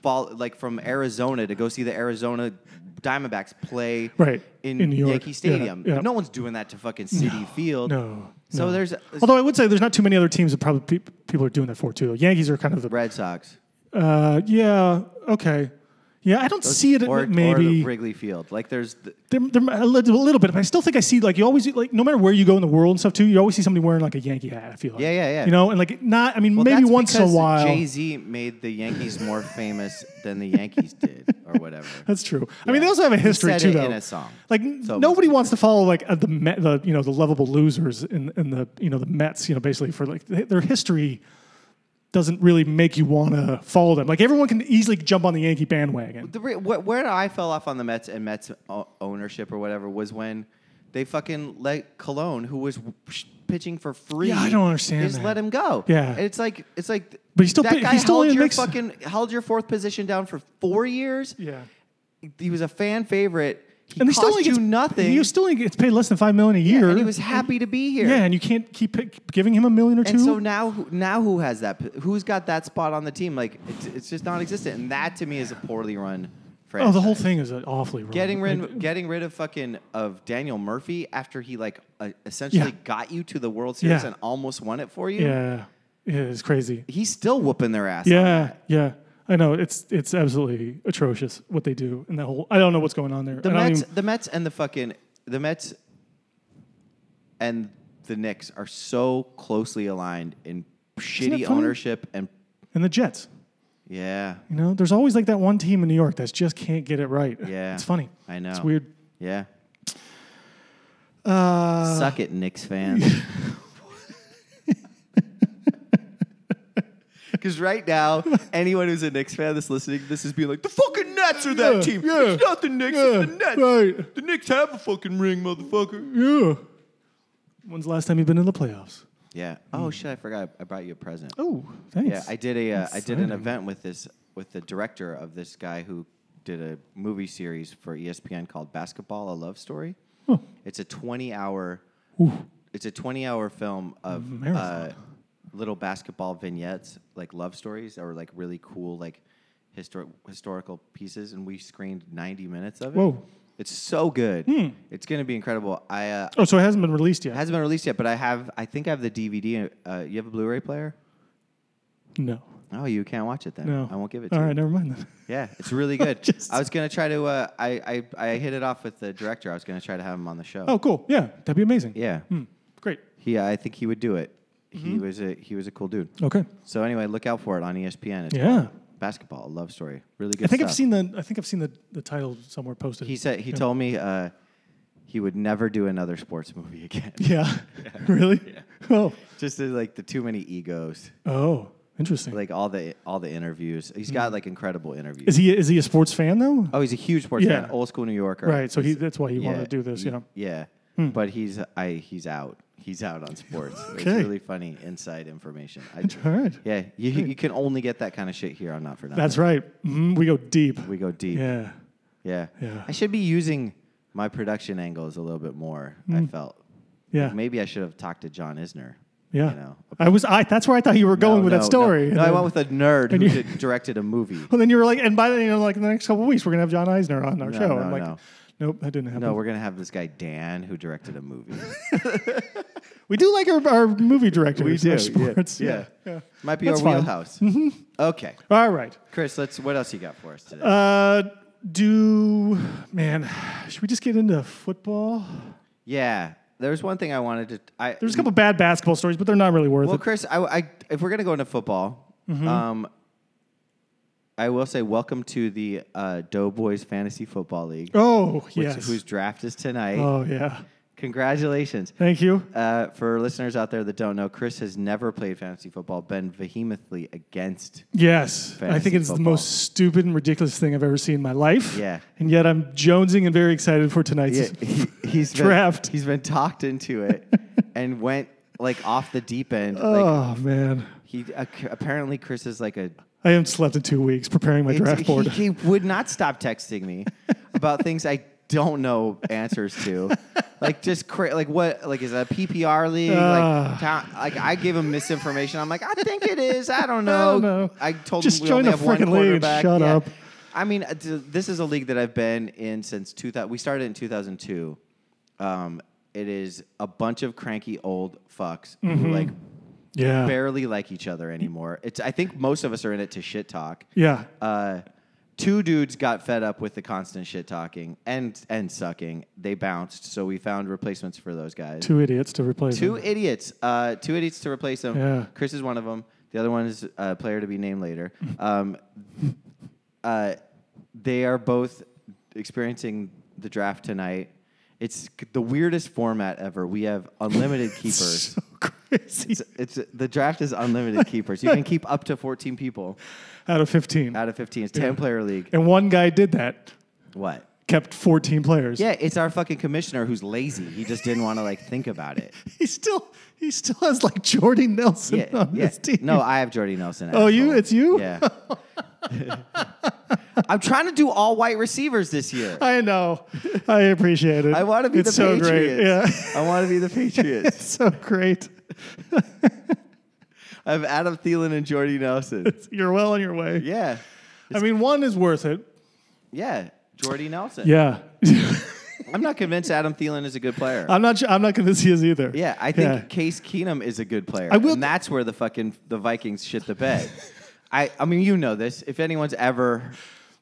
A: fall like from Arizona to go see the Arizona Diamondbacks play
B: Right.
A: in,
B: In New York.
A: Yankee
B: Yeah,
A: Stadium.
B: yeah.
A: No one's doing that to fucking City Field.
B: no.
A: So
B: no.
A: there's
B: although I would say there's not too many other teams that probably pe- people are doing that for too. Yankees are kind of the
A: Red Sox
B: Uh, yeah. Okay. Yeah, I don't see it. at-
A: or,
B: maybe
A: or Wrigley Field. Like there's the,
B: there, there, a little a little bit, but I still think I see like you always like no matter where you go in the world and stuff too, you always see somebody wearing like a Yankee hat. I feel like
A: Yeah, yeah, yeah.
B: You know, and like not. I mean, maybe once in a while.
A: Jay Z made the Yankees more famous than the Yankees did, or whatever.
B: That's true. I mean, they also have a history
A: said
B: too,
A: it
B: though.
A: in a song.
B: Like n-
A: So it
B: nobody wants to follow like uh, the Met, the you know the lovable losers in in the you know the Mets. You know, basically for like th- their history doesn't really make you want to follow them. Like everyone can easily jump on the Yankee bandwagon.
A: The, re- wh- where I fell off on the Mets and Mets o- ownership or whatever was when they fucking let Cologne, who was sh- pitching for free,
B: Yeah, I don't understand
A: they just
B: that.
A: let him go.
B: Yeah.
A: And it's like it's like.
B: But he still
A: that
B: pi-
A: guy
B: he still
A: held
B: in the
A: your
B: mix.
A: fucking held your fourth position down for four years.
B: Yeah.
A: He was a fan favorite. He
B: And they
A: cost
B: still only
A: you
B: gets
A: nothing.
B: He still only gets paid less than five million a year.
A: and he was happy to be here.
B: Yeah, and you can't keep pick, giving him a million or two. Oh,
A: And so now, who- now who has that? p- Who's got that spot on the team? Like, it's, it's just non-existent, and that to me is a poorly run
B: Oh,
A: franchise.
B: the whole thing is uh, awfully wrong.
A: Getting
B: Like,
A: rid, getting rid of fucking of Daniel Murphy after he like uh, essentially
B: Yeah.
A: got you to the World Series
B: Yeah.
A: and almost won it for you.
B: yeah, yeah, it's crazy.
A: He's still whooping their ass. on
B: Yeah, yeah. I know it's it's absolutely atrocious what they do in that whole. I don't know what's going on there.
A: The
B: I don't
A: Mets,
B: even-
A: the Mets, and the fucking the Mets and the Knicks are so closely aligned in
B: it
A: shitty
B: funny?
A: ownership and
B: and the Jets.
A: yeah,
B: You know, there's always like that one team in New York that just can't get it right.
A: Yeah.
B: it's funny.
A: I know.
B: It's weird.
A: Yeah,
B: Uh,
A: suck it, Knicks fans. Because right now, anyone who's a Knicks fan that's listening to this is being like, the fucking Nets are that
B: Yeah,
A: team.
B: yeah,
A: it's not the Knicks,
B: yeah,
A: it's the Nets.
B: right.
A: The Knicks have a fucking ring, motherfucker.
B: Yeah. When's the last time you've been in the playoffs?
A: Yeah. Oh shit, I forgot. I brought you a present.
B: Oh, thanks.
A: Yeah, I did a uh, I did an
B: Exciting.
A: event with this with the director of this guy who did a movie series for E ESPN called Basketball: A Love Story.
B: Oh.
A: It's a twenty hour
B: Ooh.
A: it's a twenty hour film of
B: Marathon.
A: uh, little basketball vignettes, like love stories, or like really cool like histor- historical pieces, and we screened ninety minutes of it.
B: Whoa. Hmm.
A: It's so good. It's gonna be incredible. I uh,
B: Oh, so it hasn't been released
A: it
B: yet.
A: hasn't been released yet, but I have. I think I have the DVD. Uh, you have a Blu-ray player?
B: no.
A: Oh, you can't watch it then.
B: No.
A: I won't give it to
B: All
A: you.
B: right, never mind then.
A: Yeah, it's really good.
B: Just-
A: I was gonna try to. Uh, I, I I hit it off with the director. I was gonna try to have him on the show.
B: Oh, cool. Yeah, that'd be amazing.
A: yeah.
B: Hmm. Mm-hmm. Great.
A: He. I think he would do it. He was a he was a cool dude.
B: Okay.
A: So anyway, look out for it on E ESPN. It's
B: Yeah.
A: called Basketball, a love story. Really good.
B: I think I've
A: stuff.
B: seen the I think I've seen the, the title somewhere posted.
A: He said he told me uh, he would never do another sports movie again.
B: Yeah. really? Oh.
A: Just uh, like the too many egos,
B: Oh. Interesting.
A: like all the all the interviews. He's got like incredible interviews.
B: Mm-hmm. is he is he a sports fan though?
A: oh, he's a huge sports
B: Yeah.
A: fan, old school New Yorker.
B: right. So he that's why he
A: Yeah,
B: wanted to do this. Hmm.
A: ye-
B: Yeah.
A: Yeah. But he's I he's out. He's out on sports. It's
B: Okay.
A: really funny inside information. I,
B: All right.
A: yeah, you, you can only get that kind of shit here on Not for Nothing.
B: That's right. Mhm, We go deep.
A: We go deep. Yeah.
B: Yeah.
A: yeah.
B: Yeah.
A: I should be using my production angles a little bit more. I felt.
B: Hmm. Yeah.
A: Maybe I should have talked to John Isner.
B: yeah.
A: You know.
B: I was I that's where I thought you were going
A: No,
B: with
A: no,
B: that story.
A: No,
B: And
A: No, I
B: then-
A: went with a nerd who
B: you-
A: did, directed a movie.
B: Well, then you were like, and by then, you know, like in the next couple of weeks, we're gonna have John Eisner on our
A: No,
B: show.
A: no,
B: I'm like,
A: no.
B: nope, that didn't happen.
A: No, we're gonna have this guy Dan who directed a movie.
B: we do like our, our movie directors.
A: do,
B: our
A: yeah,
B: sports.
A: yeah.
B: yeah.
A: Might be
B: That's
A: our
B: fine. Mm-hmm.
A: wheelhouse. Okay,
B: All right.
A: Chris. Let's. What else you got for us today?
B: Uh, do man, should we just get into football?
A: Yeah, there's one thing I wanted to. I,
B: There's a couple bad basketball stories, but they're not really worth
A: Well,
B: it. Mm-hmm.
A: Chris, I, I, if we're gonna go into football, um, I will say welcome to the uh, Doughboys Fantasy Football League,
B: Oh
A: which,
B: yes.
A: whose draft is tonight.
B: oh yeah.
A: Congratulations.
B: Thank you.
A: Uh, for listeners out there that don't know, Chris has never played fantasy football, been vehemently against.
B: Yes, I think
A: Fantasy
B: it's the
A: football.
B: most stupid and ridiculous thing I've ever seen in my life.
A: Yeah.
B: And yet I'm jonesing and very excited for tonight's.
A: Yeah, he, he's been-
B: Draft.
A: he's been talked into it and went like off the deep end. like
B: oh man,
A: he uh, apparently Chris is like a
B: I haven't slept in two weeks preparing my
A: It's-
B: draft board.
A: He, he would not stop texting me about things I don't know answers to. Like just cra- like what like is it a PPR league?
B: Ah.
A: like ta- like I give him misinformation. I'm like I think it is. I don't
B: I
A: know.
B: don't know.
A: I told
B: Just
A: him we
B: join
A: only
B: the
A: have one
B: frickin' league and
A: quarterback.
B: shut
A: Yeah.
B: up.
A: I mean, uh, th- this is a league that I've been in since 2000. We started in 2002. Um, it is a bunch of cranky old fucks
B: Mm-hmm.
A: who like
B: yeah.
A: barely like each other anymore. It's I think most of us are in it to shit talk
B: Yeah.
A: uh, two dudes got fed up with the constant shit talking and and sucking. They bounced, so we found replacements for those guys. Two,
B: Two idiots to replace. him.
A: idiots, uh, two idiots to replace them.
B: Yeah.
A: Chris is one of them. The other one is a player to be named later. Um, uh, they are both experiencing the draft tonight. It's the weirdest format ever. We have unlimited keepers.
B: So crazy.
A: It's, it's the draft is unlimited keepers. You can keep up to 14 people
B: Out of 15.
A: out of 15. It's 10 player league.
B: and one guy did that,
A: What?
B: kept 14 players.
A: Yeah, it's our fucking commissioner who's lazy. He just didn't want to like think about it.
B: He still he still has like Jordy Nelson
A: Yeah,
B: on
A: yeah.
B: his team.
A: No, I have Jordy Nelson.
B: Oh, you?
A: asshole.
B: It's you?
A: Yeah. I'm trying to do all white receivers this year.
B: I know. I appreciate it.
A: I want to be
B: it's
A: the
B: so
A: Patriots.
B: great. Yeah.
A: I want to be the Patriots.
B: it's so great.
A: I have Adam Thielen and Jordy Nelson.
B: You're well on your way.
A: Yeah.
B: I mean, one is worth it.
A: Yeah, Jordy Nelson.
B: Yeah.
A: I'm not convinced Adam Thielen is a good player.
B: I'm not. Sure, I'm not convinced he is either.
A: yeah, I think
B: Yeah.
A: Case Keenum is a good player.
B: I will-
A: and that's where the fucking the Vikings shit the bed. I I mean, you know this. If anyone's ever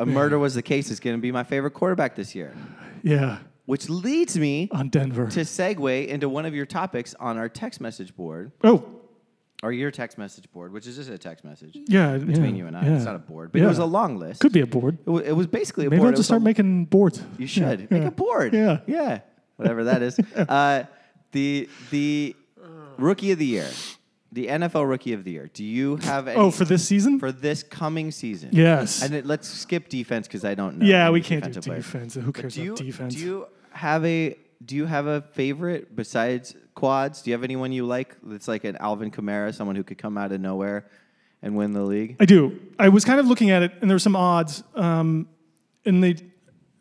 A: a murder was the case, it's going to be my favorite quarterback this year.
B: Yeah.
A: Which leads me
B: On Denver.
A: to segue into one of your topics on our text message board,
B: oh.
A: or your text message board, which is just a text message
B: Yeah.
A: between
B: yeah,
A: you and I.
B: yeah.
A: It's not a board, but it
B: Yeah.
A: was a long list.
B: Could be a board.
A: It, wa- it was basically a
B: Maybe
A: board.
B: I'll
A: It
B: just
A: was
B: start
A: a-
B: making boards.
A: You should
B: Yeah,
A: make
B: yeah.
A: a board.
B: Yeah.
A: yeah, whatever that is. uh, the the rookie of the year, the NFL rookie of the year. Do you have any
B: Oh, for this season?
A: for this coming season?
B: yes.
A: And it, let's skip defense because I don't know.
B: yeah,
A: any
B: we can't do
A: defensive players.
B: defense. Who cares
A: Do you
B: about defense?
A: do you have a do you have a favorite besides quads? Do you have anyone you like that's like an Alvin Kamara, someone who could come out of nowhere and win the league?
B: I do. I was kind of looking at it, and there were some odds. Um, and they,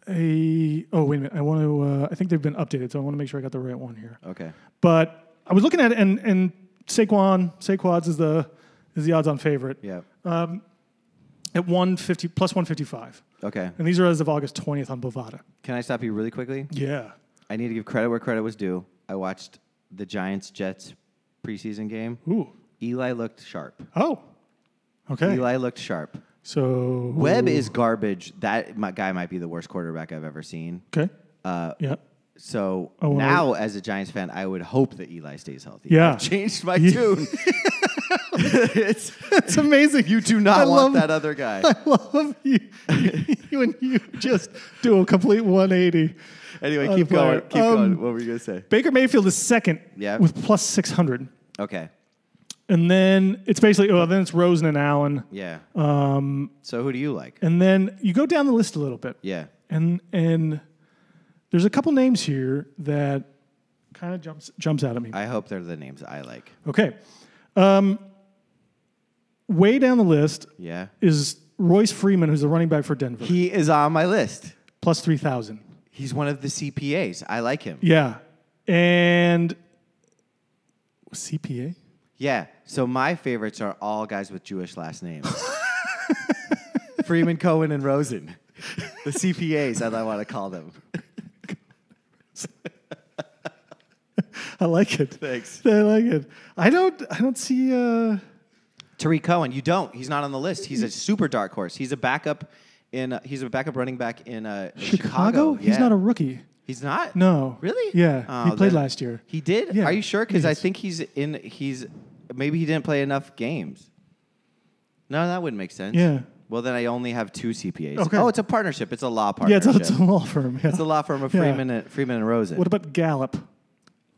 B: a oh wait a minute. I want to. Uh, I think they've been updated, so I want to make sure I got the right one here.
A: Okay.
B: But I was looking at it, and and Saquon Saquads is the is the odds-on favorite
A: Yeah.
B: at one fifty plus one fifty-five,
A: Okay.
B: and these are as of August twentieth on Bovada.
A: Can I stop you really quickly?
B: Yeah.
A: I need to give credit where credit was due. I watched the Giants Jets preseason game.
B: Ooh.
A: Eli looked sharp.
B: Oh. Okay.
A: Eli looked sharp.
B: so
A: Webb is garbage. That mi- guy might be the worst quarterback I've ever seen.
B: okay.
A: Uh,
B: Yeah.
A: so
B: Oh, well,
A: now, as a Giants fan, I would hope that Eli stays healthy.
B: Yeah.
A: I've changed my
B: Yeah.
A: tune. it's,
B: It's amazing.
A: you do not
B: I love-
A: want that other guy.
B: I love you. you and you just do a complete 180.
A: Anyway,
B: I
A: keep
B: player.
A: going. Keep
B: Um,
A: going. What were you gonna say?
B: Baker Mayfield is second
A: Yeah.
B: with plus 600.
A: Okay.
B: And then it's basically, oh, then it's Rosen and Allen.
A: Yeah. Um. So who do you like?
B: And then you go down the list a little bit.
A: Yeah.
B: And and there's a couple names here that kind of jumps jumps out at me.
A: I hope they're the names I like.
B: Okay. Um, way down the list
A: Yeah.
B: is Royce Freeman, who's the running back for Denver,
A: He is on my list.
B: plus 3,000.
A: He's one of the CPAs. I like him.
B: Yeah. And CPA?
A: Yeah. So my favorites are all guys with Jewish last names. Freeman, Cohen, and Rosen. The CPAs, as I want to call them.
B: I like it.
A: Thanks.
B: I like it. I don't. I don't see. Uh,
A: Tariq Cohen, you don't. He's not on the list. He's a super dark horse. He's a backup in. Uh, he's a backup running back in uh, Chicago.
B: He's
A: Yeah.
B: not a rookie.
A: He's not.
B: No.
A: Really?
B: Yeah. he
A: Oh,
B: played
A: then-
B: last year.
A: He did.
B: Yeah.
A: Are you sure? Because I
B: Yes.
A: think he's in. He's maybe he didn't play enough games. No, that wouldn't make sense.
B: Yeah.
A: Well, then I only have two CPAs.
B: Okay.
A: Oh, it's a partnership. It's a law
B: Yeah,
A: partnership.
B: it's, a- it's a law firm. Yeah.
A: It's a law firm of
B: Yeah.
A: Freeman and Freeman and Rosen.
B: What about Gallup?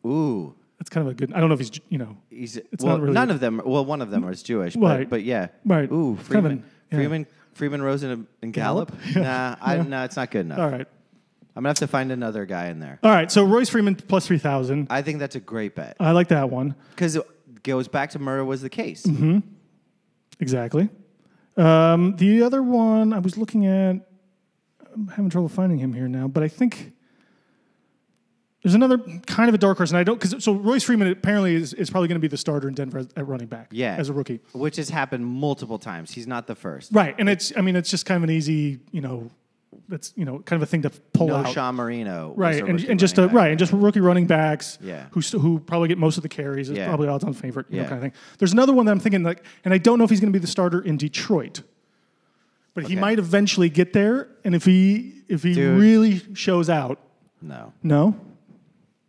A: Ooh,
B: That's kind of a good. I don't know if he's. j- You know.
A: he's
B: It's
A: well,
B: not really-
A: none of them. Well, one of them is Jewish, but,
B: Right.
A: but yeah,
B: Right.
A: Ooh,
B: It's kind of
A: Freeman,
B: an- yeah.
A: Freeman, Freeman, Rosen, and- and Gallup. Nah, I, nah, it's not good enough.
B: All right.
A: I'm gonna have to find another guy in there.
B: All right. So Royce Freeman plus three thousand.
A: I think that's a great bet
B: I like that one.
A: because it goes back to murder was the case.
B: Mm-hmm. Exactly. Um, the other one I was looking at, I'm having trouble finding him here now, but I think there's another kind of a dark horse, and I don't because so Royce Freeman apparently is, is probably going to be the starter in Denver as, at running back,
A: Yeah.
B: as a rookie,
A: Which has happened multiple times. He's not the first.
B: right? And it's I mean it's just kind of an easy you know that's you know kind of a thing to pull
A: No,
B: out,
A: Sean Marino. was
B: right?
A: a
B: And,
A: rookie
B: and just a,
A: running back.
B: right and just rookie running backs,
A: Yeah.
B: who st- who probably get most of the carries, is
A: Yeah.
B: probably odds on favorite, you know,
A: Yeah.
B: kind of thing. There's another one that I'm thinking like, and I don't know if he's going to be the starter in Detroit, but he
A: Okay.
B: might eventually get there. And if he if he
A: Dude.
B: really shows out,
A: No.
B: no,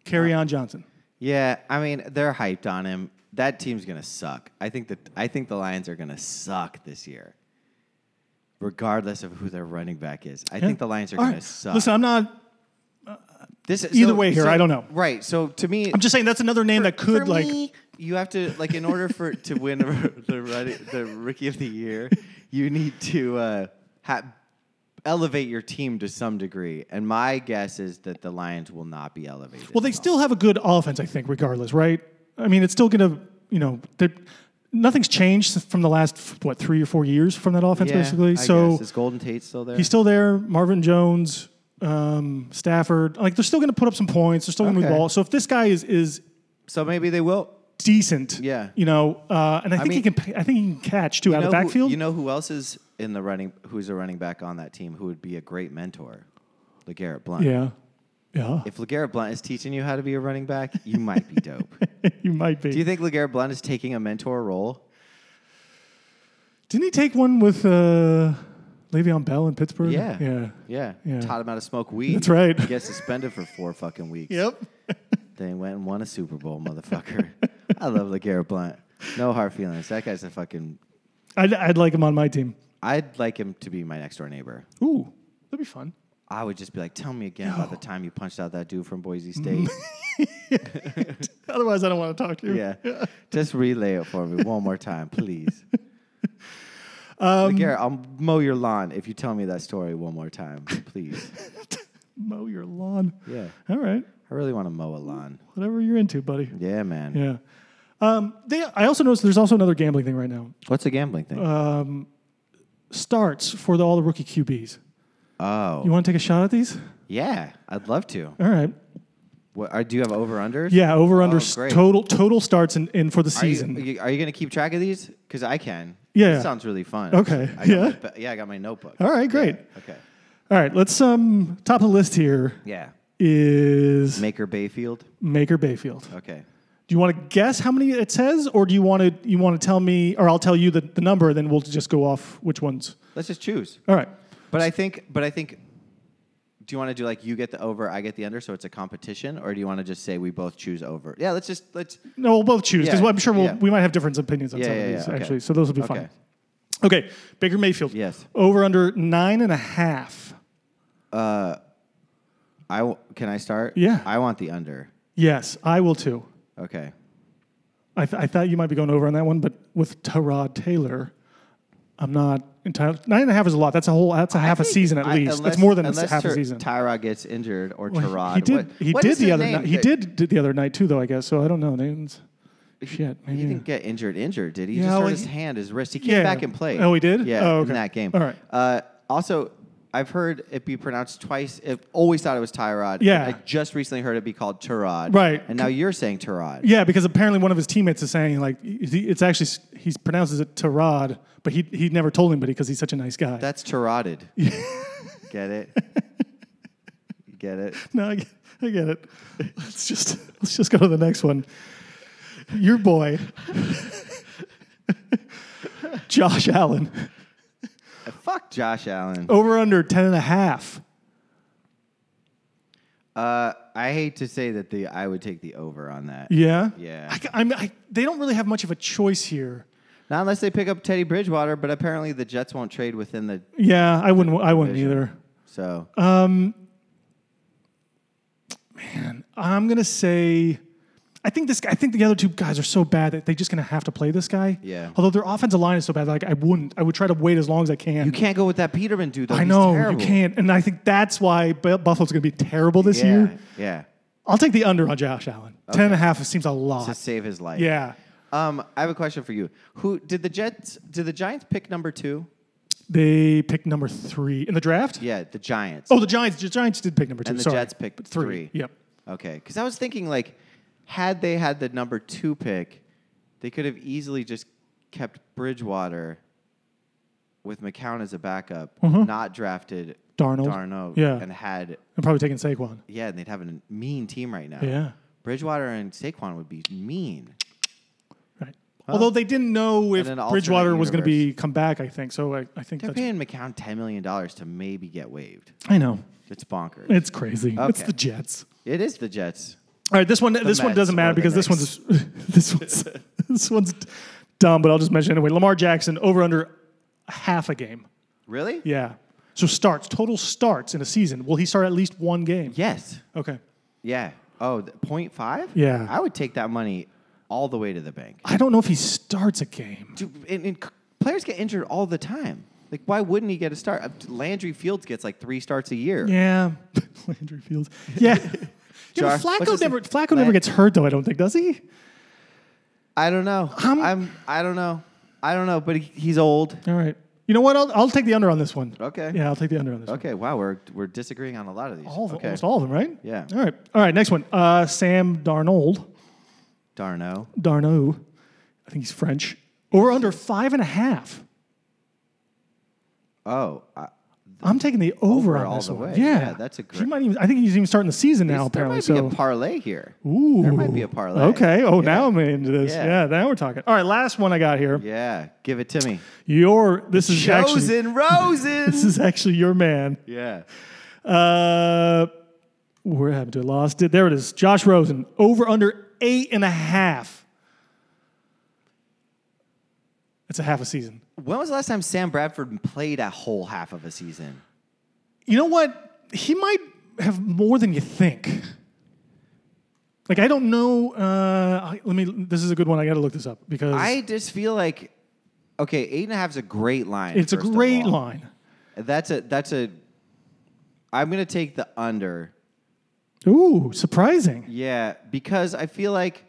B: carry on Johnson.
A: Yeah, I mean they're hyped on him. That team's gonna suck. I think that I think the Lions are gonna suck this year, regardless of who their running back is. I think the Lions are
B: All
A: gonna
B: right.
A: suck.
B: Listen, I'm not.
A: this is-
B: either way here, I don't know.
A: Right. So to me,
B: I'm just saying that's another name that could
A: for
B: like.
A: me, you have to like in order for to win the running, the rookie of the year, you need to uh, ha- elevate your team to some degree. And my guess is that the Lions will not be elevated.
B: Well, they
A: at all.
B: still have a good offense, I think, regardless, right? I mean, it's still going to, you know, they're- nothing's changed from the last what three or four years from that offense,
A: Yeah,
B: basically.
A: I
B: so
A: guess. is Golden Tate still there?
B: He's still there. Marvin Jones, um, Stafford. Like they're still going to put up some points. They're still going to move the
A: Okay.
B: ball. So if this guy is is
A: So maybe they will
B: decent.
A: Yeah.
B: You know, uh, and I think
A: mean-
B: he can. pa- I think he can catch too out of the
A: know who-
B: backfield.
A: you know who else is in the running? Who's a running back on that team? Who would be a great mentor? Legarrette Blunt.
B: yeah. Yeah.
A: If Legarrette Blunt is teaching you how to be a running back, you might be dope.
B: you might be.
A: Do you think Legarrette Blunt is taking a mentor role?
B: Didn't he take one with uh, Le'Veon Bell in Pittsburgh?
A: Yeah.
B: Yeah.
A: Yeah.
B: Yeah.
A: Taught him how to smoke weed.
B: That's right.
A: He Gets suspended for four fucking weeks.
B: Yep.
A: Then he went and won a Super Bowl, motherfucker. I love LeGarrette Blunt. No hard feelings. That guy's a fucking.
B: I'd, I'd like him on my team.
A: I'd like him to be my next door neighbor.
B: Ooh, that'd be fun.
A: I would just be like, tell me again about the time you punched out that dude from Boise State.
B: Otherwise, I don't want to talk to you.
A: yeah. Just relay it for me one more time, please.
B: Um,
A: LeGarrette, I'll mow your lawn if you tell me that story one more time, please.
B: Mow your lawn.
A: yeah.
B: All right.
A: I really want to mow a lawn.
B: Whatever you're into, buddy.
A: Yeah, man.
B: Yeah. Um, they, I also noticed there's also another gambling thing right now.
A: What's a gambling thing?
B: Uh, Starts for the, all the rookie QBs.
A: oh.
B: You want to take a shot at these?
A: Yeah, I'd love to.
B: All right.
A: What, are, do you have over unders?
B: Yeah, over under
A: Oh,
B: s-
A: great.
B: total total starts in, in for the
A: Are you,
B: season.
A: are you going to keep track of these? Because I can.
B: Yeah.
A: This sounds really fun.
B: Okay,
A: I got my
B: yeah.
A: ba- yeah, I got my notebook.
B: All right, great.
A: Yeah, okay.
B: All right, let's um top of the list here
A: Yeah.
B: is
A: Maker Bayfield.
B: Maker Bayfield.
A: Okay.
B: Do you want to guess how many it says, or do you want to you want to tell me, or I'll tell you the, the number, then we'll just go off which ones.
A: Let's just choose.
B: All right.
A: But I think, but I think, do you want to do like you get the over, I get the under, so it's a competition, or do you want to just say we both choose over? Yeah, let's just let's.
B: No, we'll both choose because
A: Yeah,
B: I'm sure we'll,
A: yeah.
B: we might have different opinions on
A: Yeah,
B: some of
A: yeah,
B: these
A: yeah, okay.
B: actually. So those will be
A: Okay.
B: fine. Okay, Baker Mayfield.
A: Yes.
B: Over under nine and a half.
A: I w- can I start?
B: Yeah.
A: I want the under.
B: Yes, I will too.
A: Okay.
B: I, th- I thought you might be going over on that one, but with Tyrod Taylor, I'm not entirely. Nine and a half is a lot. That's a whole. That's a half a season at
A: I-
B: least.
A: unless-
B: that's more than a s-
A: unless
B: half a
A: Ty-
B: season.
A: Tyrod gets injured or
B: Well,
A: Tyrod.
B: He did.
A: What-
B: he
A: what
B: did
A: is
B: the
A: his
B: other
A: name?
B: night. He
A: Th-
B: did, did the other night too, though. I guess so. I don't know. They didn't- Shit. Maybe.
A: He didn't get injured. Injured? Did he?
B: Yeah,
A: just hurt
B: well,
A: his
B: he-
A: hand, his wrist. He came
B: Yeah.
A: back and played.
B: Oh, he did?
A: Yeah,
B: Oh, okay.
A: in that game.
B: All right.
A: Uh, also, I've heard it be pronounced twice. I've always thought it was Tyrod.
B: Yeah.
A: I just recently heard it be called Tyrod.
B: Right.
A: And now you're saying Tyrod.
B: yeah, because apparently one of his teammates is saying like he- it's actually s- he pronounces it Tyrod, but he he never told anybody because he's such a nice guy.
A: That's Tyroded. Get it? Get it?
B: no, I get, I get it. Let's just let's just go to the next one. Your boy, Josh Allen,
A: Uh, Fuck Josh Allen.
B: over under ten and a half.
A: Uh, I hate to say that the I would take the over on that.
B: Yeah.
A: Yeah.
B: I, ca- I'm, I, they don't really have much of a choice here.
A: Not unless they pick up Teddy Bridgewater, but apparently the Jets won't trade within the
B: Yeah, I wouldn't. I wouldn't either.
A: so
B: I'm gonna say, I think this. guy- I think the other two guys are so bad that they're just gonna have to play this guy.
A: Yeah.
B: Although their offensive line is so bad, like I wouldn't. I would try to wait as long as I can.
A: you can't go with that Peterman dude. Though.
B: Um, I
A: He's
B: know
A: terrible.
B: you can't, and I think that's why Bu- Buffalo's gonna be terrible this
A: Yeah,
B: year.
A: yeah.
B: I'll take the under on Josh Allen. Ten and a half seems a lot.
A: To save his life.
B: yeah.
A: Um, I have a question for you. Who did the Jets? Did the Giants pick number two?
B: They picked number three in the draft.
A: Yeah, the Giants.
B: Oh, the Giants. The Giants did pick number two.
A: And the
B: sorry.
A: Jets picked
B: But
A: three.
B: Yep.
A: Okay, because I was thinking like, had they had the number two pick, they could have easily just kept Bridgewater with McCown as a backup, not drafted
B: Mm-hmm. Darnold.
A: Darnold,
B: Yeah.
A: and had
B: I'm probably taking Saquon.
A: yeah, and they'd have a mean team right now.
B: Yeah.
A: Bridgewater and Saquon would be mean.
B: Right. Although they didn't know if
A: in an alternate
B: Bridgewater was going to be come back, I think. So I, I think
A: They're
B: that's.
A: paying McCown ten million dollars to maybe get waived.
B: I know.
A: It's bonkers.
B: It's crazy. It's
A: Okay.
B: the Jets.
A: It is the Jets.
B: All right, this one. this one
A: Mets
B: doesn't
A: or
B: matter
A: the
B: because this one's this one's this one's dumb, but I'll just mention it anyway. Lamar Jackson over under half a game.
A: Really?
B: Yeah. So starts total starts in a season. Will he start at least one game?
A: Yes.
B: Okay.
A: Yeah. Oh, th- 0.5?
B: Yeah.
A: I would take that money all the way to the bank.
B: I don't know if he starts a game.
A: Dude, and, and c- players get injured all the time. Like, why wouldn't he get a start? Uh, Landry Fields gets like three starts a year.
B: Yeah. Landry Fields. Yeah. yeah
A: Jar- what's
B: but Flacco
A: his
B: never
A: name?
B: Flacco never
A: Lan-
B: gets hurt though. I don't think does he?
A: I don't know.
B: Um,
A: I'm, I don't know. I don't know, but he, he's old.
B: All right. You know what? I'll, I'll take the under on this one.
A: Okay.
B: Yeah, I'll take the under on this
A: Okay, wow, we're, we're disagreeing on a lot of these.
B: one. All of,
A: okay.
B: Almost all of them, right?
A: Yeah.
B: All right. All right. Next one. Uh, Sam Darnold
A: Darno.
B: Darno, I think he's French, over under five and a half.
A: Oh, I,
B: I'm taking the over,
A: Over
B: on
A: all
B: this
A: the
B: one.
A: way.
B: Yeah.
A: Yeah, that's a
B: She
A: great-
B: might even. I think he's even starting the season
A: there
B: now. Apparently,
A: might
B: so
A: be a parlay here.
B: Ooh.
A: There might be a parlay.
B: Okay. Oh, now I'm into this. Yeah.
A: Yeah.
B: Now we're talking. All right. Last one I got here.
A: Yeah, give it to me.
B: Your this is actually
A: Chosen
B: this
A: Rosen.
B: is actually your man.
A: yeah.
B: Uh, where happened to it? Lost it. There it is. Josh Rosen over under eight and a half. That's a half a season.
A: When was the last time Sam Bradford played a whole half of a season?
B: You know what? He might have more than you think. Like I don't know. Uh, I- let me. This is a good one. I got to look this up because
A: I just feel like, okay, eight and a half is a great line.
B: it's a
A: first of
B: great
A: all.
B: line.
A: That's a that's a. I'm gonna take the under.
B: Ooh, surprising.
A: Yeah, because I feel like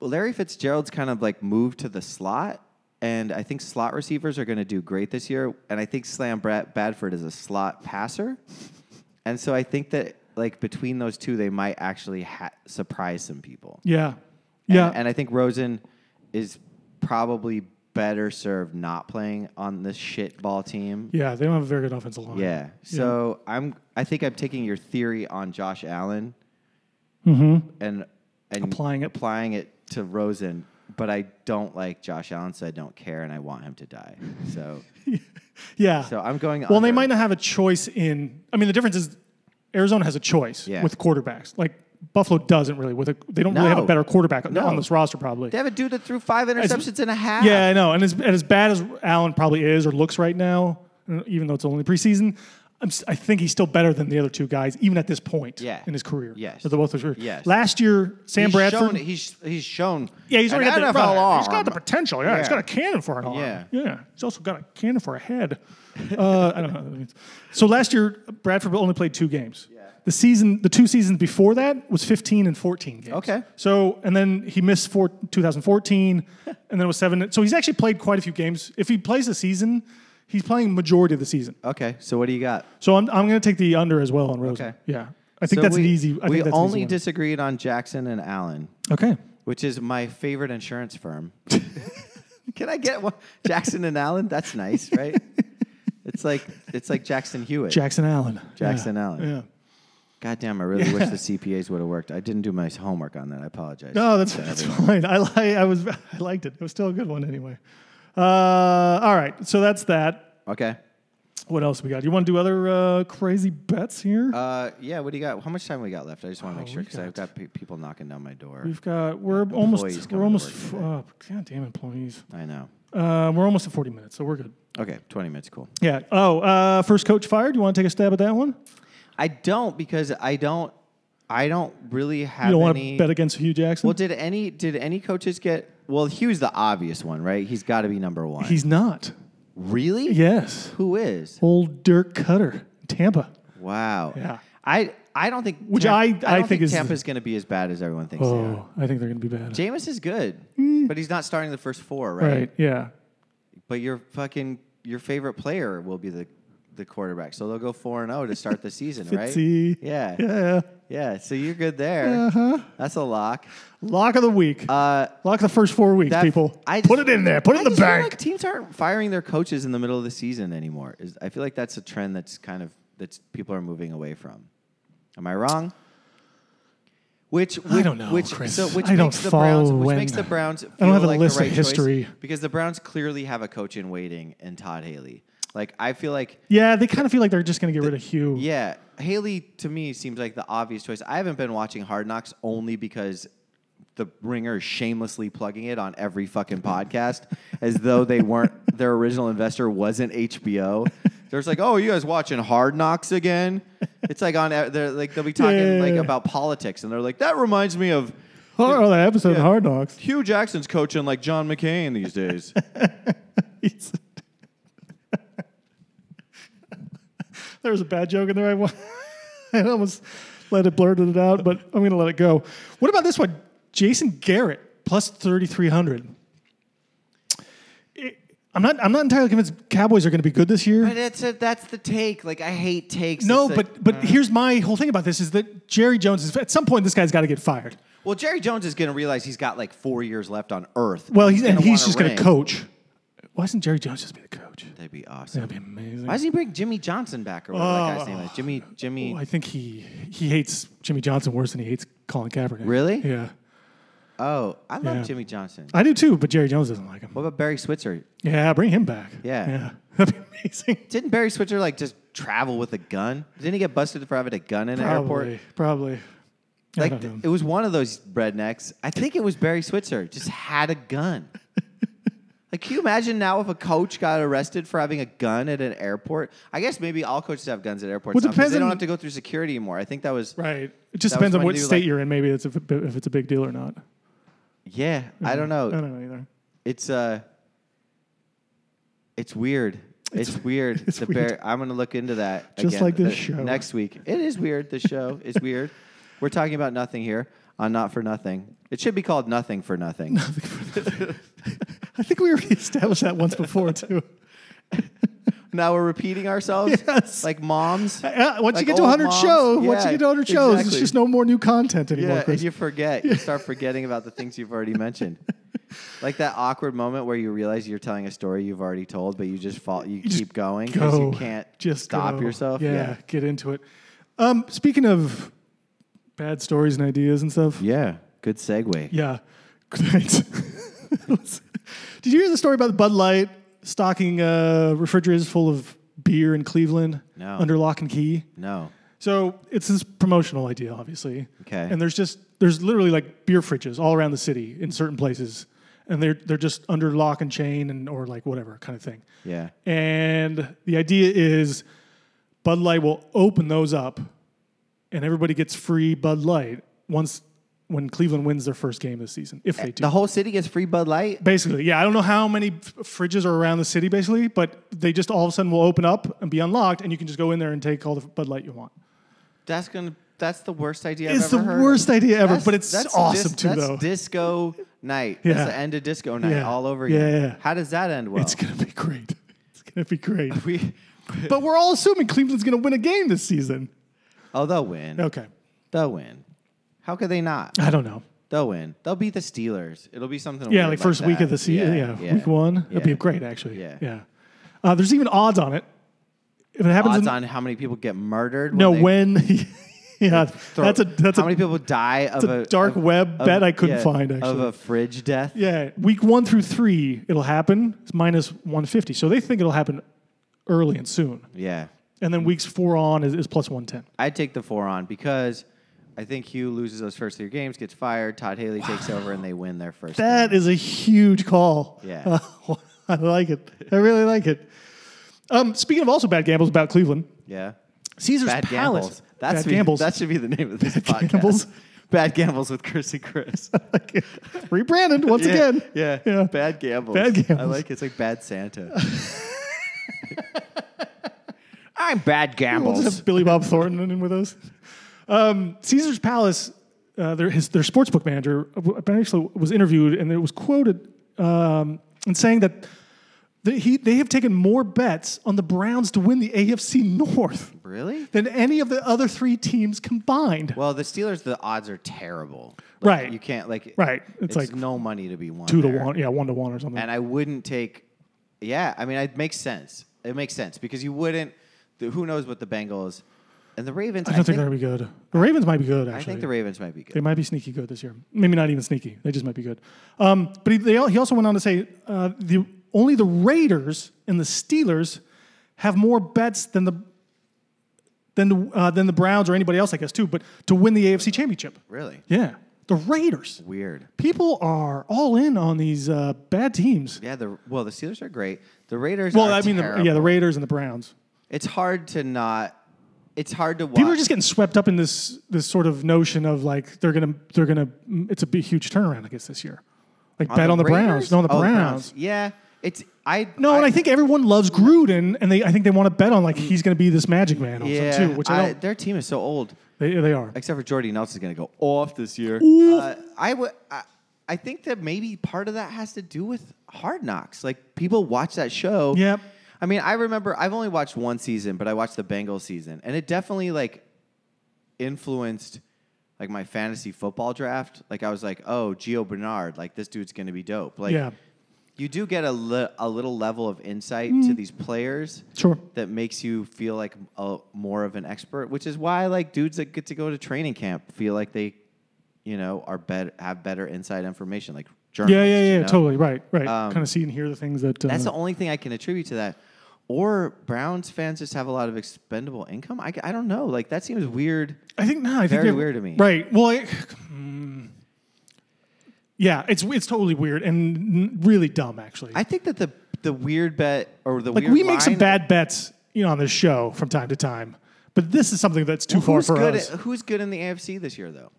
A: Larry Fitzgerald's kind of like moved to the slot, and I think slot receivers are going to do great this year. And I think Slam Brad- Badford is a slot passer, and so I think that like between those two, they might actually ha- surprise some people.
B: Yeah, yeah.
A: and, and I think Rosen is probably better served not playing on this shit ball team.
B: Yeah, they don't have a very good offensive line.
A: Yeah. So I'm. I think I'm taking your theory on Josh Allen, and and
B: Mm-hmm. Applying it.
A: applying it to Rosen. But I don't like Josh Allen, so I don't care, and I want him to die. So
B: Yeah.
A: so I'm going.
B: well, they
A: under.
B: might not have a choice in. I mean, the difference is Arizona has a choice
A: Yeah.
B: with quarterbacks. Like Buffalo doesn't really with a. They don't really have a
A: No.
B: better quarterback
A: No.
B: on this roster, probably.
A: They have a dude that threw five interceptions and a half.
B: Yeah, I know. And as, and as bad as Allen probably is or looks right now, even though it's only preseason, I'm, s- I think he's still better than the other two guys, even at this point
A: Yeah.
B: in his career.
A: Yes.
B: Or the both of his career.
A: Yes.
B: Last year, Sam
A: He's
B: Bradford.
A: Shown, he's he's shown.
B: yeah, he's
A: an
B: already got the,
A: NFL
B: right,
A: arm.
B: he's got the potential. Yeah, he's
A: Yeah.
B: got a cannon for an arm.
A: Yeah.
B: yeah. He's also got a cannon for a head. Uh, I don't know what that means. So last year, Bradford only played two games. Yeah. The season, the two seasons before that was 15 and 14 games.
A: Okay.
B: So, and then he missed four, 2014, and then it was seven. So he's actually played quite a few games. If he plays a season, he's playing majority of the season.
A: okay, so what do you got?
B: So I'm, I'm going to take the under as well on Rosen.
A: Okay.
B: Yeah. I think
A: So
B: that's
A: we,
B: an easy. I
A: we
B: think that's
A: only
B: an easy
A: disagreed on Jackson and Allen.
B: one. Okay.
A: which is my favorite insurance firm. Can I get one? Jackson and Allen? That's nice, right? it's like it's like Jackson Hewitt.
B: Jackson Allen.
A: Jackson
B: Yeah.
A: Allen.
B: Yeah.
A: God damn, I really wish the CPAs would have worked. I didn't do my homework on that. I apologize.
B: No, that's, that's fine. I, li- I was I liked it. It was still a good one anyway. Uh, all right, so that's that.
A: Okay.
B: What else we got? You want to do other uh, crazy bets here?
A: Uh, yeah. What do you got? How much time we got left? I just want to make
B: Oh,
A: sure
B: we
A: because I've got pe- people knocking down my door.
B: We've got we're
A: Employees coming
B: almost we're
A: to
B: almost
A: work
B: f-
A: today.
B: uh, goddamn employees.
A: I know.
B: Uh, we're almost at forty minutes, so we're good.
A: Okay, twenty minutes. Cool.
B: Yeah. Oh, uh, first coach fired. You want to take a stab at that one?
A: I don't because I don't. I don't really have
B: You don't want to
A: any.
B: bet against Hugh Jackson.
A: well, did any did any coaches get? Well, Hugh's the obvious one, right? He's got to be number one.
B: He's not.
A: really?
B: Yes.
A: Who is?
B: Old Dirk Cutter, Tampa.
A: Wow.
B: Yeah.
A: I I don't think
B: Which
A: Tampa,
B: I-
A: don't
B: I think
A: think,
B: is-
A: Tampa's going to be as bad as everyone thinks they are.
B: Oh, I think they're going to be bad.
A: Jameis is good, but he's not starting the first four, right?
B: Right. Yeah.
A: But your fucking your favorite player will be the the quarterback, so they'll go four and zero to start the season, right?
B: Fitzy.
A: Yeah. yeah,
B: Yeah.
A: So you're good there. Uh-huh. That's a lock.
B: Lock of the week.
A: Uh,
B: Lock the first four weeks,
A: that-
B: people.
A: I
B: put it
A: just-
B: in there. Put it
A: I
B: in the
A: just feel
B: bank.
A: like teams aren't firing their coaches in the middle of the season anymore. Is I feel like that's a trend that's kind of that's people are moving away from. Am I wrong? Which, which
B: don't know,
A: Which,
B: Chris.
A: So which
B: I don't
A: makes the Browns,
B: follow
A: which
B: when-
A: makes the Browns. Feel
B: have a
A: like
B: list of
A: the right choice
B: history.
A: because the Browns clearly have a coach in waiting in Todd Haley. Like I feel like
B: Yeah, they kind of feel like they're just going to get rid of Hugh.
A: yeah, Haley to me seems like the obvious choice. I haven't been watching Hard Knocks only because the ringer is shamelessly plugging it on every fucking podcast as though they weren't their original investor wasn't HBO. They're just like, "Oh, you guys watching Hard Knocks again?" It's like on e, they're like they'll be talking
B: Yeah.
A: like about politics and they're like, "That reminds me of
B: Oh, oh, that episode of
A: Yeah.
B: Hard Knocks.
A: Hugh Jackson's coaching like John McCain these days."
B: He's- there was a bad joke in there. I, wa- I almost let it blurted it out, but I'm going to let it go. What about this one? Jason Garrett plus 3,300. It- I'm not. I'm not entirely convinced Cowboys are going to be good this year.
A: but it's a, that's the take. Like I hate takes.
B: No,
A: It's like-
B: but but here's my whole thing about this is that Jerry Jones is at some point this guy's got to get fired.
A: Well, Jerry Jones is going to realize he's got like four years left on Earth.
B: Well, he's, and
A: gonna
B: he's
A: wanna
B: just going
A: ring.
B: to coach. Why isn't Jerry Jones just be the coach?
A: That'd be awesome.
B: That'd be amazing.
A: Why doesn't he bring Jimmy Johnson back or whatever that guy's name is? Jimmy, Jimmy.
B: Oh, I think he he hates Jimmy Johnson worse than he hates Colin Kaepernick.
A: Really?
B: Yeah,
A: Oh, I love
B: Yeah.
A: Jimmy Johnson.
B: I do too. But Jerry Jones doesn't like him.
A: What about Barry Switzer?
B: Yeah, bring him back.
A: Yeah.
B: yeah, that'd be amazing.
A: Didn't Barry Switzer like just travel with a gun? Didn't he get busted for having a gun in an airport?
B: Probably, probably. I
A: Like
B: don't
A: th-
B: know.
A: it was one of those rednecks. I think it was Barry Switzer. Just had a gun. like, can you imagine now if a coach got arrested for having a gun at an airport? I guess maybe all coaches have guns at airports
B: Well,
A: now 'cause
B: depends
A: they don't
B: on-
A: have to go through security anymore. I think that was
B: Right. It just
A: That was
B: depends on
A: my
B: what
A: new,
B: state
A: like-
B: you're in. Maybe it's a, if it's a big deal or not.
A: yeah. I don't know.
B: Mm-hmm. I don't know either.
A: It's uh it's weird. It's, weird.
B: it's
A: the
B: weird.
A: Bear, I'm gonna look into that
B: Just
A: again
B: like this
A: the-
B: show.
A: next week. It is weird. The show is weird. We're talking about nothing here on Not for Nothing. It should be called Nothing for Nothing.
B: I think we already established that once before too.
A: now we're repeating ourselves
B: Yes.
A: like moms.
B: Uh, once
A: Like
B: you get to
A: old
B: 100
A: moms.
B: shows, once
A: Yeah,
B: you get to 100 shows,
A: exactly.
B: it's just no more new content anymore.
A: Yeah, and
B: Chris.
A: you forget. You start forgetting about the things you've already mentioned. Like that awkward moment where you realize you're telling a story you've already told, but you just fall, you,
B: just
A: keep going because you
B: go.
A: can't
B: just
A: stop
B: go.
A: yourself.
B: Yeah, get into it. Um, speaking of bad stories and ideas and stuff.
A: yeah, Yeah. Good segue.
B: Yeah. Great. Did you hear the story about Bud Light stocking uh, refrigerators full of beer in Cleveland
A: No.
B: under lock and key?
A: No.
B: So it's this promotional idea, obviously.
A: Okay.
B: And there's just there's literally like beer fridges all around the city in certain places, and they're they're just under lock and chain and or like whatever kind of thing.
A: Yeah.
B: And the idea is Bud Light will open those up and everybody gets free Bud Light once when Cleveland wins their first game this season, if they do.
A: The whole city gets free Bud Light?
B: Basically, yeah, I don't know how many f- fridges are around the city basically, but they just all of a sudden will open up and be unlocked and you can just go in there and take all the Bud Light you want.
A: That's gonna that's the worst idea
B: It's
A: I've ever
B: the
A: heard.
B: worst idea ever,
A: That's-
B: but it's
A: that's
B: awesome
A: dis-
B: too
A: that's
B: though.
A: Disco night.
B: Yeah.
A: That's the end of disco night
B: Yeah.
A: all over
B: Yeah,
A: again.
B: yeah, yeah.
A: How does that end well?
B: It's going to be great. It's going to be great.
A: we
B: but we're all assuming Cleveland's going to win a game this season.
A: Oh, they'll win.
B: Okay.
A: They'll win. How could they not?
B: I don't know.
A: They'll win. Theyll beat the Steelers. It'll be something.
B: Yeah,
A: weird
B: like first week
A: that.
B: of the season. Yeah, week one. That'd
A: yeah.
B: be great, actually.
A: Yeah.
B: Yeah, yeah. Uh, there's even odds on it. If it happens,
A: Odds
B: in,
A: on how many people get murdered.
B: no
A: they
B: when. yeah,
A: throw-
B: that's a that's
A: how
B: a
A: many people die of
B: a dark
A: of-
B: web
A: of-
B: bet I couldn't
A: yeah,
B: find,
A: of
B: actually.
A: a fridge death.
B: yeah. Week one through three, it'll happen. It's minus 150, so they think it'll happen early and soon.
A: yeah.
B: And then weeks four on is, is plus 110.
A: I'd take the four on because I think Hugh loses those first three games, gets fired. Todd Haley takes over, and they win their first.
B: That is a huge call.
A: Yeah.
B: Uh, I like it. I really like it. Um, speaking of also bad gambles about Cleveland,
A: game. yeah.
B: Caesar's
A: Bad
B: Palace.
A: gambles. That's
B: bad
A: be-
B: gambles.
A: That should be the name of this podcast.
B: Gambles.
A: Bad gambles with Chris and Chris.
B: rebranded once
A: Yeah,
B: again.
A: Yeah.
B: Yeah.
A: Bad gambles.
B: Bad
A: I
B: gambles.
A: like it. It's like bad Santa. I'm bad gambles.
B: We'll just have Billy Bob Thornton in with us. Um, Caesar's Palace, uh, their, his, their sportsbook manager, uh, actually was interviewed and it was quoted um, in saying that they, he, they have taken more bets on the Browns to win the AFC North
A: really?
B: than any of the other three teams combined.
A: Well, the Steelers, the odds are terrible. Like,
B: Right.
A: You can't like.
B: Right.
A: It's,
B: It's
A: like
B: like
A: no money to be won.
B: Two to
A: there.
B: one, yeah, one to one or something.
A: and I wouldn't take. Yeah, I mean, it makes sense. It makes sense because you wouldn't. The, who knows what the Bengals and the Ravens?
B: I don't think, they're gonna be good. The Ravens might be good. Actually,
A: I think the Ravens might be
B: They
A: good.
B: might be sneaky good this year. Maybe not even sneaky. They just might be good. Um, but he, they, al- he also went on to say uh, the only the Raiders and the Steelers have more bets than the than the, uh, than the Browns or anybody else, I guess too. But to win the AFC Championship,
A: Really
B: yeah, the Raiders.
A: weird.
B: People are all in on these uh, bad teams.
A: Yeah. The well, the Steelers are great. The Raiders.
B: well,
A: are
B: I mean, the,
A: terrible.
B: yeah, the Raiders and the Browns.
A: It's hard to not. It's hard to watch.
B: People are just getting swept up in this this sort of notion of like they're gonna they're gonna mm, it's a big, huge turnaround I guess this year. Like bet on the Browns,
A: Raiders?
B: no on the
A: Oh,
B: Browns.
A: Yeah. It's I. Mm.
B: No, and I think everyone loves Gruden, and they I think they want to bet on like he's going to be this magic man also
A: Yeah.
B: too, which I,
A: I-
B: don't.
A: their team is so old.
B: They, they are.
A: except for Jordy Nelson's going to go off this year.
B: Oof.
A: Uh, I would. I, I think that maybe part of that has to do with Hard Knocks. Like people watch that show.
B: Yep.
A: I mean, I remember I've only watched one season, but I watched the Bengals season, and it definitely like influenced like my fantasy football draft, like I was like, oh, Gio Bernard, like this dude's gonna be dope. Like
B: yeah,
A: you do get a, li- a little level of insight to these players
B: Mm. sure.
A: that makes you feel like a, more of an expert, which is why like dudes that get to go to training camp feel like they, you know, are better have better inside information, like journalists.
B: Yeah, yeah, yeah,
A: you know?
B: totally. Right, right.
A: Um,
B: kind of see and hear the things that. Uh,
A: That's the only thing I can attribute to that. Or Browns fans just have a lot of expendable income. I, I don't know. Like that seems weird.
B: I think no. I think
A: Very
B: they-
A: weird to me.
B: Right. Well, I, mm. yeah, it's it's totally weird and n- really dumb actually.
A: I think that the the weird bet or the
B: like
A: weird
B: we make some
A: line-
B: bad bets, you know, on this show from time to time, but this is something that's too far
A: Who's
B: for
A: good?
B: us.
A: At, who's good in the AFC this year though?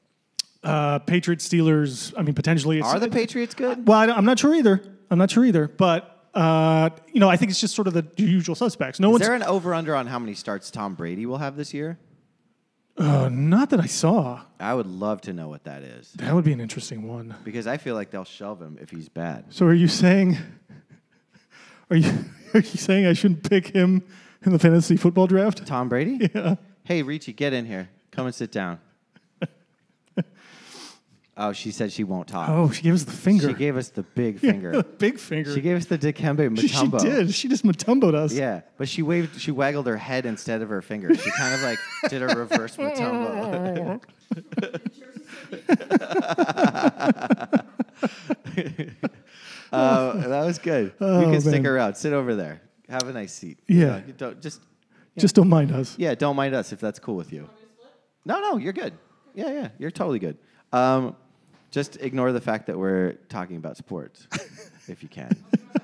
B: uh, Patriots, Steelers. I mean, potentially it's,
A: Are the Patriots good?
B: Well, I don't, I'm not sure either. I'm not sure either. But uh, you know, I think it's just sort of the usual suspects. No
A: Is
B: one's
A: there an over under on how many starts Tom Brady will have this year?
B: uh, not that I saw.
A: I would love to know what that is
B: That would be an interesting one.
A: because I feel like they'll shelve him if he's bad.
B: So are you saying are you are you saying I shouldn't pick him in the fantasy football draft?
A: Tom Brady? Yeah. Hey, Richie, get in here. Come and sit down. oh, she said she won't talk.
B: Oh, she gave us the finger.
A: She gave us the big
B: Yeah,
A: finger.
B: the big finger.
A: She gave us the Dikembe
B: She- she
A: Mutombo.
B: did. She just matumboed us.
A: Yeah, but she waved. She waggled her head instead of her finger. She kind of like did a reverse Mutombo. uh, that was good. you
B: Oh,
A: can stick
B: man.
A: around. Sit over there. Have a nice seat.
B: Yeah.
A: You don't just.
B: Just don't mind us.
A: Yeah, don't mind us if that's cool with you. No, no, you're good. Yeah, yeah, you're totally good. Um, just ignore the fact that we're talking about sports, if you can.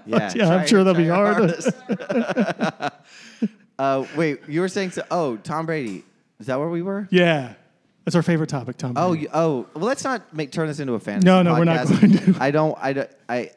A: Yeah,
B: Yeah, I'm
A: try-
B: sure that'll be
A: try
B: hard.
A: hardest. uh, wait, you were saying so? Oh, Tom Brady. Is that where we were?
B: Yeah. That's our favorite topic, Tom.
A: Oh,
B: Brady.
A: you, oh. Well, let's not make turn this into a fantasy.
B: No, no, we're not
A: podcast.
B: going to.
A: I don't. I. don't- I.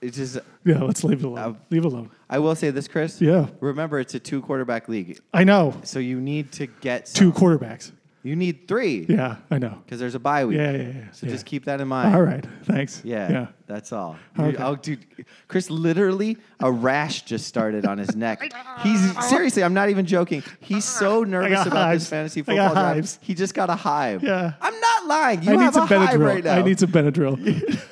A: It's just.
B: yeah. Let's leave it alone. leave it alone.
A: I will say this, Chris.
B: Yeah.
A: Remember, it's a two quarterback league,
B: I know.
A: so you need to get some.
B: Two quarterbacks.
A: You need three.
B: Yeah, I know.
A: because there's a bye week.
B: Yeah, yeah, yeah,
A: So
B: yeah.
A: just keep that in mind.
B: All right. Thanks.
A: Yeah,
B: Yeah.
A: that's all. Dude,
B: Okay.
A: Oh, dude, Chris, literally a rash just started on his neck. He's seriously, I'm not even joking. He's so nervous
B: got
A: about
B: hives.
A: this fantasy
B: I got
A: football
B: hives.
A: draft. He just got a hive.
B: Yeah.
A: I'm not lying. You
B: I need
A: have
B: some
A: a hive
B: Benadryl.
A: right now.
B: I need some Benadryl.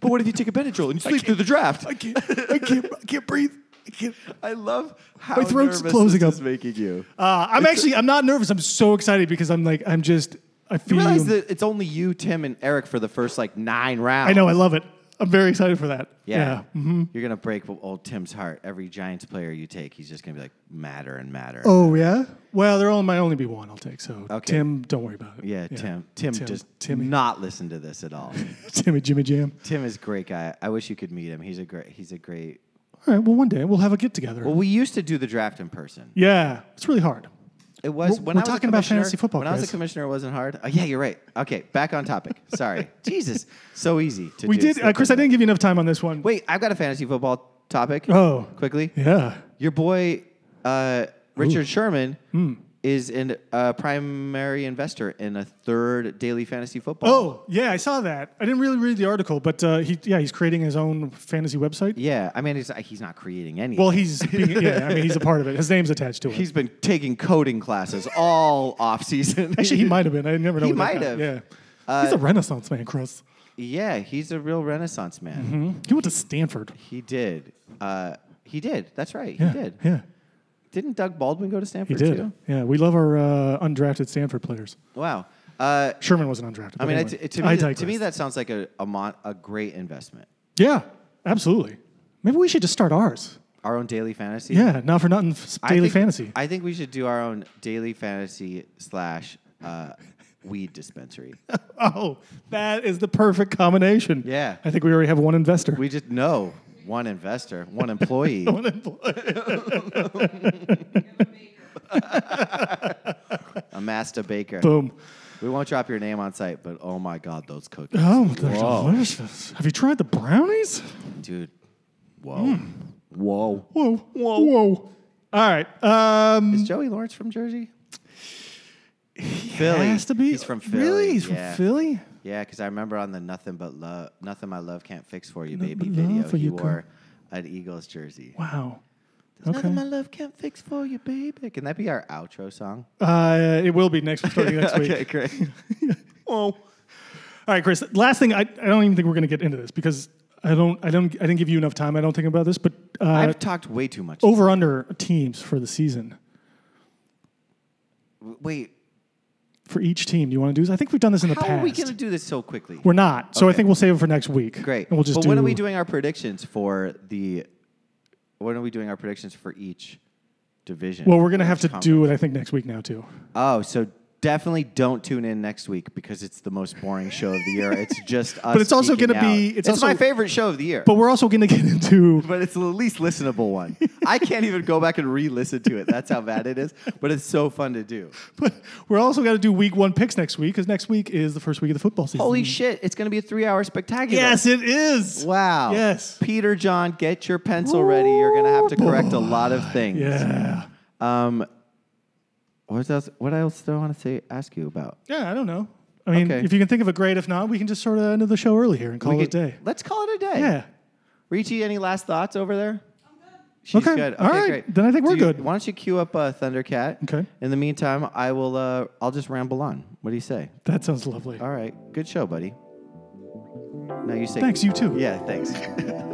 A: but what if you take a Benadryl and you sleep through the draft?
B: I can't. I can't. I can't breathe. I can't.
A: I love how
B: My throat's
A: nervous
B: closing
A: this
B: up.
A: is making you.
B: Uh, I'm actually. I'm not nervous. I'm so excited because I'm like. I'm just. I
A: You
B: feel.
A: realize that it's only you, Tim, and Eric for the first like nine rounds.
B: I know. I love it. I'm very excited for that.
A: Yeah.
B: Mm-hmm.
A: You're going to break old Tim's heart. Every Giants player you take, he's just going to be like madder and madder.
B: Oh yeah. Well, there will only might only be one. I'll take. So
A: Okay.
B: Tim, don't worry about it.
A: Yeah, Tim. Tim, does
B: Timmy.
A: not listen to this at all.
B: Timmy Jimmy Jam.
A: Tim is a great guy. I wish you could meet him. He's a great he's a great
B: All right. Well, one day we'll have a get together.
A: Well, we used to do the draft in person.
B: yeah. It's really hard.
A: It was
B: We're-
A: when
B: we're
A: I was a
B: talking about
A: commissioner-
B: fantasy football,
A: When I was
B: Chris.
A: a commissioner, it wasn't hard. Oh, yeah, you're right. Okay, back on topic. Sorry. Jesus, so easy to
B: We
A: do.
B: did, uh, Chris. I didn't give you enough time on this one.
A: Wait, I've got a fantasy football topic.
B: Oh.
A: quickly.
B: Yeah.
A: Your boy uh, Richard Sherman
B: Hmm.
A: is in a primary investor in a third daily fantasy football.
B: Oh yeah, I saw that. I didn't really read the article, but uh, he yeah he's creating his own fantasy website.
A: yeah. I mean, he's, he's not creating anything.
B: Well, he's being, yeah. I mean, he's a part of it. His name's attached to it.
A: He's been taking coding classes all off season.
B: Actually, he might have been. I never know.
A: He
B: with that
A: might
B: guy.
A: have. Uh,
B: Yeah, he's a Renaissance man, Chris.
A: yeah, he's a real Renaissance man.
B: He went to Stanford.
A: He did. Uh, he did. That's right.
B: Yeah,
A: He did.
B: Yeah,
A: Didn't Doug Baldwin go to
B: he
A: Stanford
B: did.
A: too?
B: Yeah, we love our uh, undrafted Stanford players.
A: Wow. Uh,
B: Sherman wasn't undrafted.
A: I
B: but
A: mean,
B: anyway.
A: it, to,
B: I
A: me, that, to
B: digress.
A: me, that sounds like a a, mon- a great investment.
B: yeah, absolutely. Maybe we should just start ours.
A: Our own daily fantasy.
B: Yeah, not for nothing. f-
A: I
B: Daily
A: think-
B: fantasy.
A: I think we should do our own daily fantasy slash uh, weed dispensary.
B: oh, that is the perfect combination.
A: Yeah.
B: I think we already have one investor.
A: We just know one investor, one employee.
B: One employee.
A: A master baker.
B: Boom.
A: We won't drop your name on site, but oh my god, those cookies.
B: Oh, they're
A: Whoa.
B: delicious. Have you tried the brownies?
A: Dude. Whoa.
B: Hmm.
A: Whoa.
B: Whoa, whoa, whoa. All right. Um,
A: Is Joey Lawrence from Jersey? Philly.
B: Has to be.
A: He's from Philly.
B: Really? He's
A: yeah.
B: from Philly?
A: Yeah, because I remember on the Nothing But Love Nothing My Love Can't Fix for You Baby
B: but
A: video,
B: love for
A: he
B: you, girl.
A: wore an Eagles jersey.
B: Wow.
A: There's nothing
B: Okay.
A: my love can't fix for you, baby. Can that be our outro song?
B: Uh, it will be next starting next week.
A: okay, great.
B: Uh, Whoa. All right, Chris. Last thing, I, I don't even think we're going to get into this because I don't I don't I didn't give you enough time. I don't think about this, but uh,
A: I've talked way too much.
B: over under teams for the season
A: W- Wait,
B: for each team. Do you want to do this? I think we've done this in the
A: how
B: past.
A: are we going to do this so quickly?
B: are not. So I
A: Okay.
B: think we'll save it for next week.
A: great.
B: And we'll just
A: but
B: do.
A: when are we doing our predictions for the? When are we doing our predictions for each division?
B: Well, we're going to have to
A: Each
B: do it. I think next week now too.
A: Oh, so definitely don't tune in next week because it's the most boring show of the year. It's just us.
B: it's also
A: going to
B: gonna be-
A: It's,
B: it's
A: my
B: also-
A: favorite show of the year.
B: But we're also going to get into.
A: but it's the least listenable one. I can't even go back and re-listen to it. That's how bad it is. But it's so fun to do.
B: But we're also going to do week one picks next week because next week is the first week of the football season.
A: Holy shit! It's going to be a three-hour spectacular.
B: Yes, it is.
A: Wow.
B: Yes.
A: Peter John, get your pencil ready. You're going to have to correct a lot of things.
B: Yeah.
A: Um, what else? What else do I want to say? Ask you about?
B: Yeah, I don't know. I mean,
A: Okay.
B: if you can think of a great, if not, we can just sort of end the show early here and call
A: We
B: it
A: could-
B: a day.
A: Let's call it a day.
B: Yeah.
A: Richie, any last thoughts over there? She's
B: Okay.
A: good. Okay,
B: All right.
A: great.
B: Then I think
A: Do
B: we're
A: you-
B: good.
A: Why don't you cue up uh, Thundercat?
B: Okay.
A: In the meantime, I will. Uh, I'll just ramble on. What do you say?
B: That sounds lovely.
A: All right. Good show, buddy. Now you say.
B: Thanks, you too.
A: Yeah. Thanks.